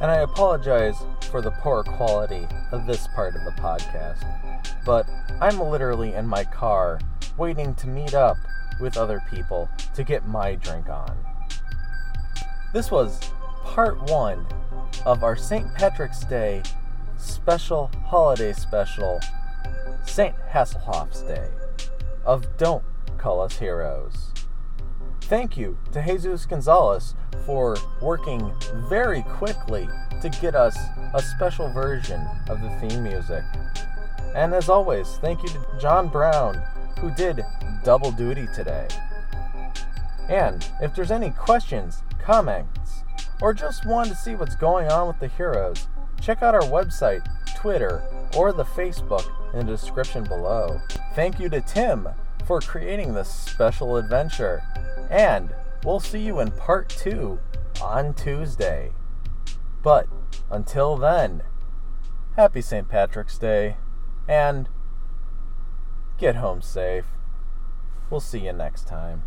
Speaker 1: and I apologize for the poor quality of this part of the podcast. But I'm literally in my car waiting to meet up with other people to get my drink on. This was part one of our St. Patrick's Day special holiday special, St. Hasselhoff's Day of Don't Call Us Heroes. Thank you to Jesus Gonzalez for working very quickly to get us a special version of the theme music. And as always, thank you to John Brown, who did double duty today. And if there's any questions, comments, or just want to see what's going on with the heroes, check out our website, Twitter, or the Facebook in the description below. Thank you to Tim for creating this special adventure, and we'll see you in part two on Tuesday. But until then, happy St. Patrick's Day, and get home safe. We'll see you next time.